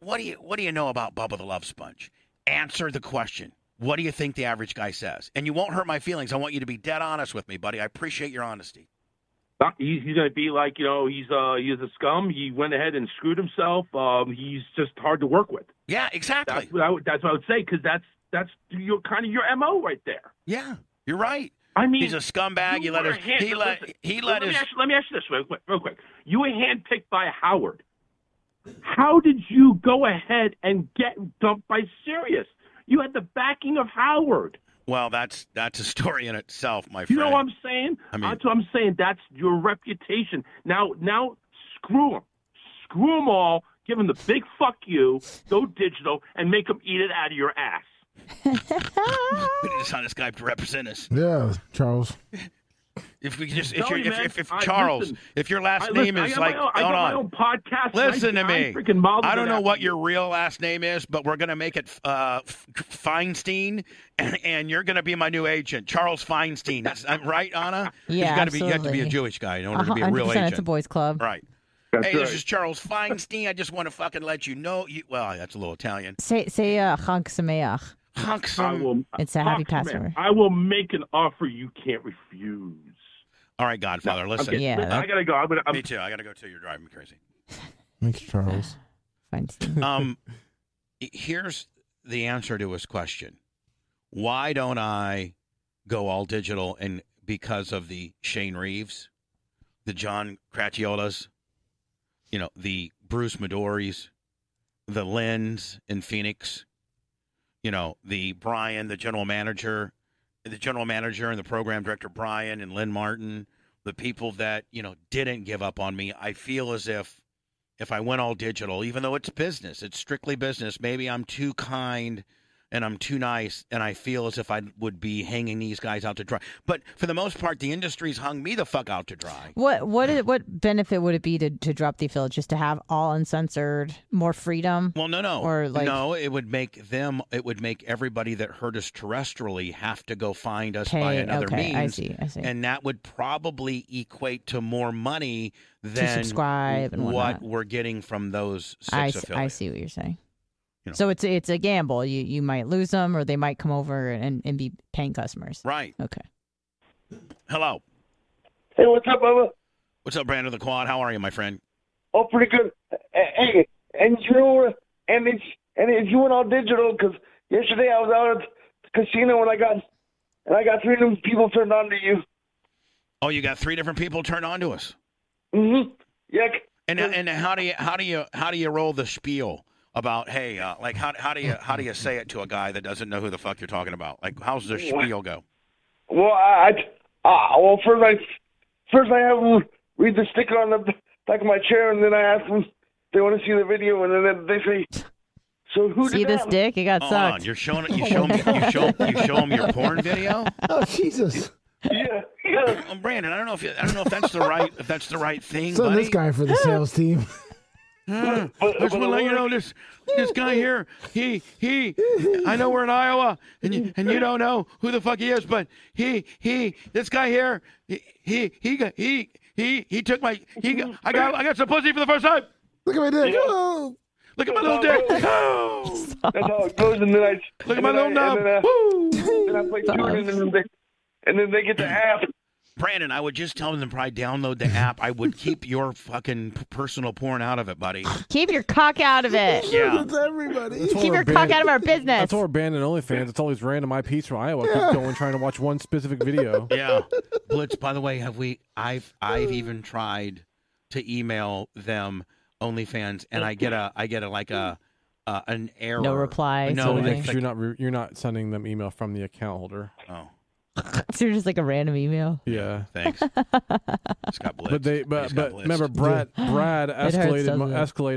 A: what do you what do you know about Bubba the Love Sponge?" Answer the question. What do you think the average guy says? And you won't hurt my feelings. I want you to be dead honest with me, buddy. I appreciate your honesty.
J: Not- He's, he's going to be like, you know, he's uh, he's a scum. He went ahead and screwed himself. Um, he's just hard to work with.
A: Yeah, exactly.
J: That's what I would, that's what I would say because that's that's your kind of your mo right there.
A: yeah, you're right.
J: I mean,
A: He's a scumbag. He
J: you
A: let
J: were
A: his
J: hand-
A: he let
J: listen,
A: he
J: let
A: let
J: me
A: his
J: ask you- let me ask you this real quick, real quick. You were handpicked by Howard. How did you go ahead and get dumped by Sirius? You had the backing of Howard.
A: Well, that's that's a story in itself, my
J: You
A: friend.
J: know what I'm saying?
A: I mean-
J: that's what I'm saying. That's your reputation. Now, now, screw them, screw them all. Give them the big fuck you. Go digital and make them eat it out of your ass.
A: <laughs> we need to sign this guy to represent us.
C: Yeah, Charles.
A: If we could just, if,
J: Sorry,
A: you're,
J: man.
A: if, if, if
J: I-
A: Charles,
J: listen.
A: if your last
J: I- listen,
A: name
J: I
A: is
J: got
A: like,
J: my own, I
A: hold
J: got
A: on,
J: my own podcast. and I-
A: listen to
J: I'm
A: me.
J: freaking mouthed
A: I don't
J: it
A: know
J: after
A: what
J: you.
A: your real last name is, but we're gonna make it uh, F- Feinstein, and, and you're gonna be my new agent, Charles Feinstein. That's I'm right,
J: <laughs>
A: Anna. 'Cause
B: Yeah,
A: you gotta be, you have to be a
B: absolutely.
A: Jewish guy in order
B: Uh-huh,
A: to be a real
B: 100%, It's a
A: agent,
B: boys club.
A: right?
J: That's
A: hey, this
J: right.
A: is Charles
J: <laughs>
A: Feinstein. I just want to fucking let you know. You, well, that's a little Italian.
B: Say say uh, Chag Sameach.
A: Hunk
J: I
A: some.
J: will.
B: It's a happy
J: Fuck, man.
B: Passover.
J: I will make an offer you can't refuse.
A: All right, Godfather.
J: I'm
A: Listen,
J: kidding.
B: Yeah,
J: Listen,
B: that-
J: I gotta go. I'm gonna. I'm,
A: me too. I gotta go too. You're driving me crazy.
C: Thanks, Charles.
B: Feinstein.
A: um, h- here's the answer to his question: Why don't I go all digital? And because of the Shane Reeves, the John Cratiolas, you know, the Bruce Midoris, the Lens in Phoenix, you know, the Brian, the general manager, the general manager and the program director Brian and Lynn Martin, the people that you know didn't give up on me. I feel as if if I went all digital, even though it's business, it's strictly business. Maybe I'm too kind and I'm too nice, and I feel as if I would be hanging these guys out to dry. But for the most part, the industry's hung me the fuck out to dry.
B: What what is, what benefit would it be to, to drop the affiliate just to have all uncensored, more freedom?
A: Well, no, no,
B: Or like
A: no. It would make them. It would make everybody that heard us terrestrially have to go find us by
B: Pay,
A: another
B: okay,
A: means.
B: I see, I see.
A: And that would probably equate to more money than
B: subscribe and
A: what
B: whatnot.
A: we're getting from those six
B: I, s-
A: affiliates.
B: I see what you're saying.
A: You know.
B: So it's it's a gamble. You you might lose them, or they might come over and, and be paying customers.
A: Right.
B: Okay.
A: Hello.
K: Hey, what's up, Bubba?
A: What's up, Brandon the Quad? How are you, my friend?
K: Oh, pretty good. Uh, Hey, and you know, and it's and it's you went all digital 'cause yesterday I was out at the casino and I got and I got three new people turned on to you.
A: Oh, you got three different people turn on to us.
K: Mm-hmm. Yeah.
A: And and how do you how do you how do you roll the spiel about hey uh, like how how do you how do you say it to a guy that doesn't know who the fuck you're talking about? Like how's the spiel go?
K: Well, I, I uh, well first I first I have them read the sticker on the back of my chair and then I ask them if they want to see the video and then they say, so who
B: See
K: did
B: this
K: that?
B: dick? It got
A: Oh, hold on.
B: sucked.
A: You're showing you show 'em- you show you show 'em your porn video.
C: <laughs> Oh Jesus!
K: <laughs> Yeah, yeah.
A: Um, Brandon, I don't know if you, I don't know if that's the right if that's the right thing,
C: So
A: buddy.
C: this guy
A: <laughs>
C: for the sales team.
A: Uh, just want to let you know this this guy here. He he. I know we're in Iowa, and you, and you don't know who the fuck he is, but he he. This guy here. He he he got- he he, he took my he. got- I got I got some pussy for the first time.
C: Look at my dick.
K: Yeah.
C: Oh.
A: Look at my little <laughs> dick. Oh.
K: That's how it goes, and then I
A: Look at
K: and
A: my
K: then
A: little
K: I-
A: knob.
K: and then I-
A: Woo.
K: Then I play tune, and then they and then they get the app.
A: <laughs> Brandon, I would just tell them to probably download the app. I would keep your fucking personal porn out of
C: <laughs>
A: it, buddy.
B: Keep your cock out of it.
A: Yeah.
C: That's everybody.
D: That's why
B: Keep
D: we're
B: your cock
D: banned-
B: out of our business.
D: That's why we're banned in OnlyFans. It's all these random IPs from Iowa.
C: Yeah.
D: Keep going, trying to watch one specific video.
A: Yeah. Blitz, by the way, have we I've I've even tried to email them OnlyFans and I get a I get a like a uh, an error.
B: No reply,
A: <laughs> No,
D: So,
B: Oh,
D: yeah,
B: okay.
D: 'cause
A: it's
D: you're
A: like,
D: not re- you're not sending them email from the account holder.
A: oh,
B: So you're just like a random email.
D: Yeah.
A: thanks. Scott Blitz.
D: But they
A: I
D: but
A: just got
D: but remember
B: <gasps>
D: Brad
A: blitzed.
D: Brad
B: hurts,
D: escalated my,
B: doesn't it?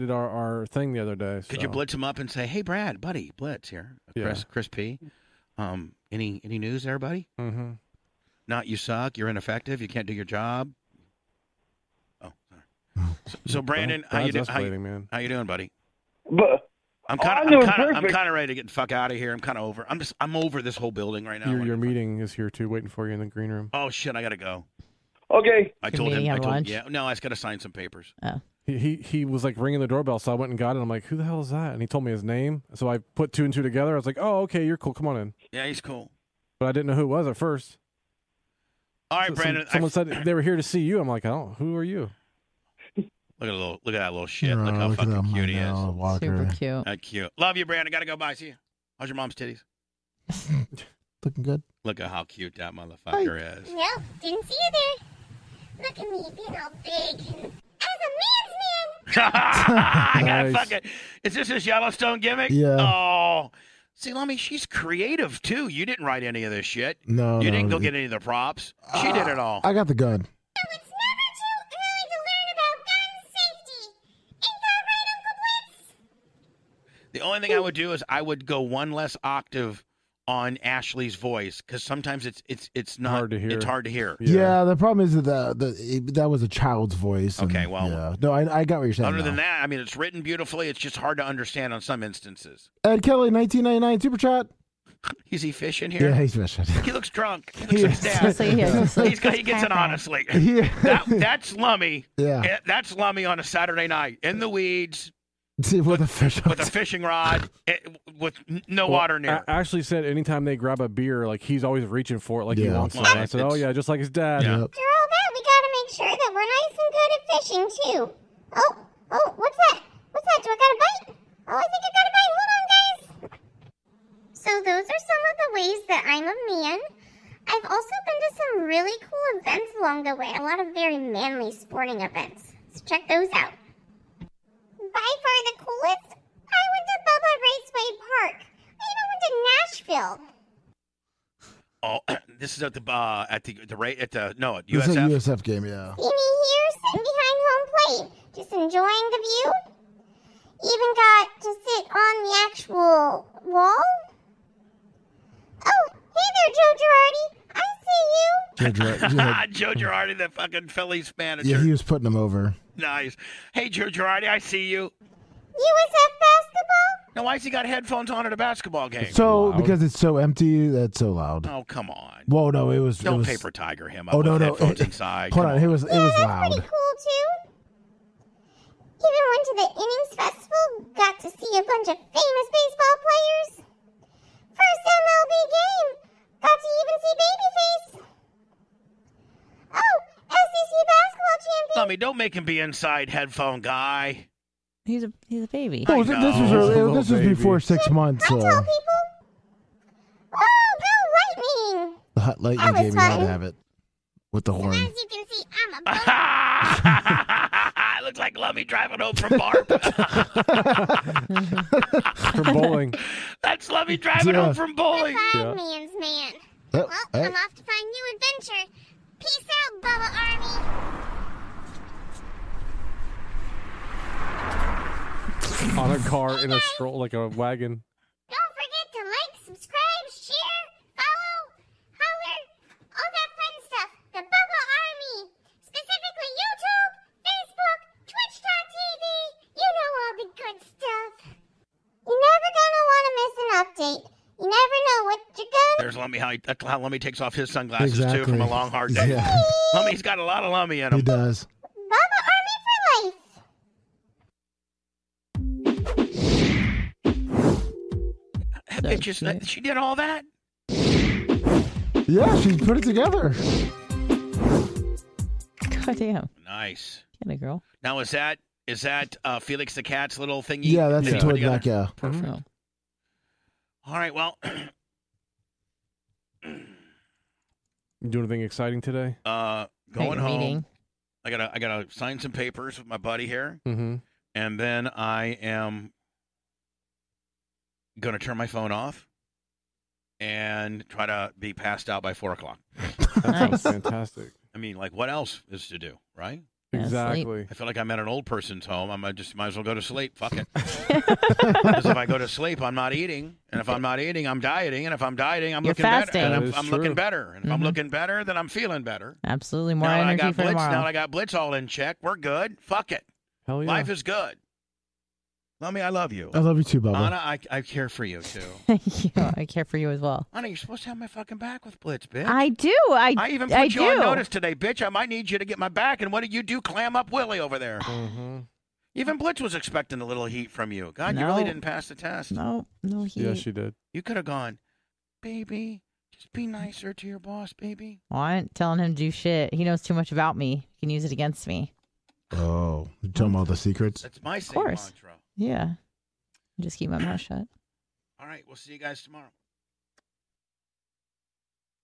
D: escalated our, our thing the other day.
A: could you
D: so.
A: blitz him up and say, "Hey Brad, buddy, Blitz here. uh,
D: Yeah.
A: Chris Chris P. Um any any news there, buddy?
D: Mhm.
A: Not you suck, you're ineffective, you can't do your job." Oh,
D: <laughs>
A: sorry. So, so Brandon, how you, do,
D: Brad's
A: how, you,
D: escalating, man.
A: how you doing, buddy?
K: But
A: I'm
K: Oh,
A: kind
K: I'm
A: of, I'm
K: doing
A: kind of, I'm
K: perfect.
A: kind of ready to get the fuck out of here. I'm kind of over. I'm just, I'm over this whole building right now.
D: Your, your meeting is here too, waiting for you in the green room.
A: Oh shit, I gotta go.
K: okay,
A: I
B: Your
A: told him.
B: meeting
A: I
B: at
A: told
B: lunch?
A: yeah. No, I just gotta sign some papers.
D: He, he he was like ringing the doorbell, so I went and got it. I'm like, who the hell is that? And he told me his name, so I put two and two together. I was like, oh okay, you're cool. Come on in.
A: Yeah, he's cool.
D: But I didn't know who it was at first.
A: All right,
D: So some-
A: Brandon. I-
D: someone said they were here to see you. I'm like, oh, who are you?
A: look at the little, look at that little shit.
C: Oh,
A: look how
C: look at that
A: fucking cute he
C: Manuel
A: is.
C: Walker.
B: Super cute.
A: <laughs> That cute. Love you, Brandon. Gotta go. Bye. See you. How's your mom's titties?
C: <laughs> Looking good.
A: Look at how cute that motherfucker is.
L: No, didn't see you there. Look at me being all big and as a man's man.
A: <laughs> I gotta
D: Nice.
A: fucking. Is this his Yellowstone gimmick?
C: Yeah.
A: Oh. See, Lummy, she's creative too. You didn't write any of this shit.
C: No,
A: you
C: no,
A: didn't go
C: it- Uh,
A: get any of the props. She did it all.
C: I got the gun.
L: So it's never too early to learn about gun safety. Ain't that right, Uncle Blitz?
A: The only thing I would do is I would go one less octave on Ashley's voice because sometimes it's it's it's not
D: Hard to hear.
A: It's hard to hear.
C: Yeah. the problem is that the, the it- that was a child's voice. and-
A: Okay, well-
C: yeah. no, I, I got what you're saying.
A: Other than
C: now.
A: that, I mean, it's written beautifully. It's just hard to understand on some instances.
C: Ed Kelly, 1999 super chat.
A: Is he fishing
C: Yeah,
A: here?
C: he's fishing.
A: He looks drunk. He
C: He
A: looks
C: is.
A: upset.
B: Honestly, here's-
A: <laughs> He's got, he gets an honestly.
C: Yeah.
A: That, that's Lummy.
C: <laughs> Yeah.
A: Eh, That's Lummy on a Saturday night in the weeds
C: <laughs> See with a fish.
A: with a fishing rod eh, with n- no
D: Well,
A: water near.
D: A- Ashley said anytime they grab a beer, like he's always reaching for it, like he
C: Yeah.
D: wants it.
A: Well,
D: And I said, oh
A: it's-
D: yeah, just like his dad.
A: Yeah.
C: Yep.
L: After all that, we gotta make sure that we're nice and good at fishing too. Oh, oh, what's that? What's that? Do I got a bite? Oh, I think I got a bite. Hold on, guys. So those are some of the ways that I'm a man. I've also been to some really cool events along the way. A lot of very manly sporting events. So check those out. By far the coolest, I went to Bubba Raceway Park. I even went to Nashville.
A: Oh, <clears throat> this is at the uh, at the the rate at the no at
C: <laughs> It's a
A: USF.
C: USF game,
A: <laughs>
C: yeah.
L: See me here sitting behind home plate, just enjoying the view. Even got to sit on the actual wall. Oh, hey there, Joe Girardi. I see you.
C: Joe
A: <laughs>
C: Girardi- yeah.
A: Ah,
C: <laughs>
A: Joe Girardi, the fucking Phillies manager.
C: yeah, he was putting him over.
A: Nice. Hey, Joe Girardi, I see you.
L: USF basketball?
A: Now, why's he got headphones on at a basketball game?
C: So because it's so empty, that's so loud.
A: Oh, come on.
C: Whoa, no, it was. it
A: Don't
C: was-
A: paper tiger him up
C: Oh no,
A: with
C: no,
A: headphones inside.
C: Hold
A: Come
C: on, it was it was
L: that's
C: loud.
L: pretty cool too. Even went to the innings festival, got to see a bunch of famous baseball players. First MLB game, got to even see Babyface. Oh, SEC basketball champion.
A: Lummy, don't make him be inside headphone guy. <laughs>
B: He's a he's a baby.
A: I
B: <laughs>
C: Oh, th- this was
A: know.
C: early-
A: Little
C: this was
A: baby.
C: before six months. uh, So
L: Oh, go lightning!
C: the hot lightning
L: That
C: game,
L: was
C: you had
L: fun.
C: to have it with the horn.
L: As you can see, I'm a boat.
A: I look like Lummy driving home
C: <laughs>
A: from Barb.
D: From
A: <laughs>
D: bowling.
A: That's Lummy driving
D: Yeah.
A: home from bowling.
D: Yeah.
L: man's
D: Oh,
L: man. well,
D: hey.
L: I'm off to find new adventure. Peace out, Bubba Army.
D: on a car in a stroll, like a wagon.
L: Don't forget to like, subscribe, share, follow, holler, all that fun stuff. The Bubba Army. Specifically YouTube, Facebook, Twitch.tv. You know all the good stuff. You're never gonna wanna miss an update. You never know what you're gonna
A: There's Lummy. How he, that's how Lummy takes off his sunglasses
C: Exactly.
A: too from a
C: <laughs>
A: long hard day.
C: Yeah.
A: Lummy's got a lot of Lummy in
C: He
A: him.
C: does.
L: Bubba Army for life.
A: That bitch is- that- she did all that.
C: Yeah, she put it together.
B: God damn.
A: Nice.
B: Get a girl.
A: Now is that is that uh, Felix the cat's little thingy?
C: Yeah, that's
A: that
C: a
A: you put
C: toy
A: together?
C: back. Yeah.
B: Perfect.
A: All right. Well, <clears throat>
D: You do anything exciting today?
A: uh, going
B: a
A: home.
B: meeting.
A: I gotta I gotta sign some papers with my buddy here,
D: Mm-hmm.
A: and then I am gonna turn my phone off and try to be passed out by four o'clock.
D: That
B: <laughs>
D: sounds
B: Nice.
D: fantastic.
A: I mean, like, what else is to do, right?
B: Yeah, sleep.
D: Exactly.
A: I feel like I'm at an old person's home. I might just might as well go to sleep.
B: <laughs>
A: Fuck it. Because if I go to sleep, I'm not eating, and if I'm not eating, I'm dieting, and if I'm dieting, I'm
B: You're
A: looking
B: fasting.
A: better,
D: That
A: and
D: is
A: I'm, I'm
D: true.
A: looking better, and if I'm
B: Mhm.
A: looking better, then I'm feeling better.
B: Absolutely. More
A: now that I
B: energy
A: got
B: for
A: blitz, now
B: tomorrow.
A: that I got blitz all in check, we're good. Fuck it.
D: Hell yeah.
A: <sighs> Life is good. Lummy, I love you.
C: I love you too, Bubba.
A: Anna, I, I care for you too.
B: <laughs> yeah, I care for you as well.
A: Anna, you're supposed to have my fucking back with Blitz, bitch.
B: I do. I
A: I even put
B: I
A: you
B: do.
A: on notice today, bitch. I might need you to get my back. And what did you do? Clam up Willie over there.
D: Mm-hmm.
A: Even Blitz was expecting a little heat from you. God, you really
B: No.
A: didn't pass the test.
B: No, no heat.
D: Yeah, she did.
A: You could have gone, baby, just be nicer to your boss, baby.
B: Well, Oh, I ain't telling him to do shit. He knows too much about me. He can use it against me.
C: Oh, you tell him all the secrets.
A: That's my same
B: course.
A: mantra.
B: Yeah. Just keep my mouth shut.
A: All right, we'll see you guys tomorrow.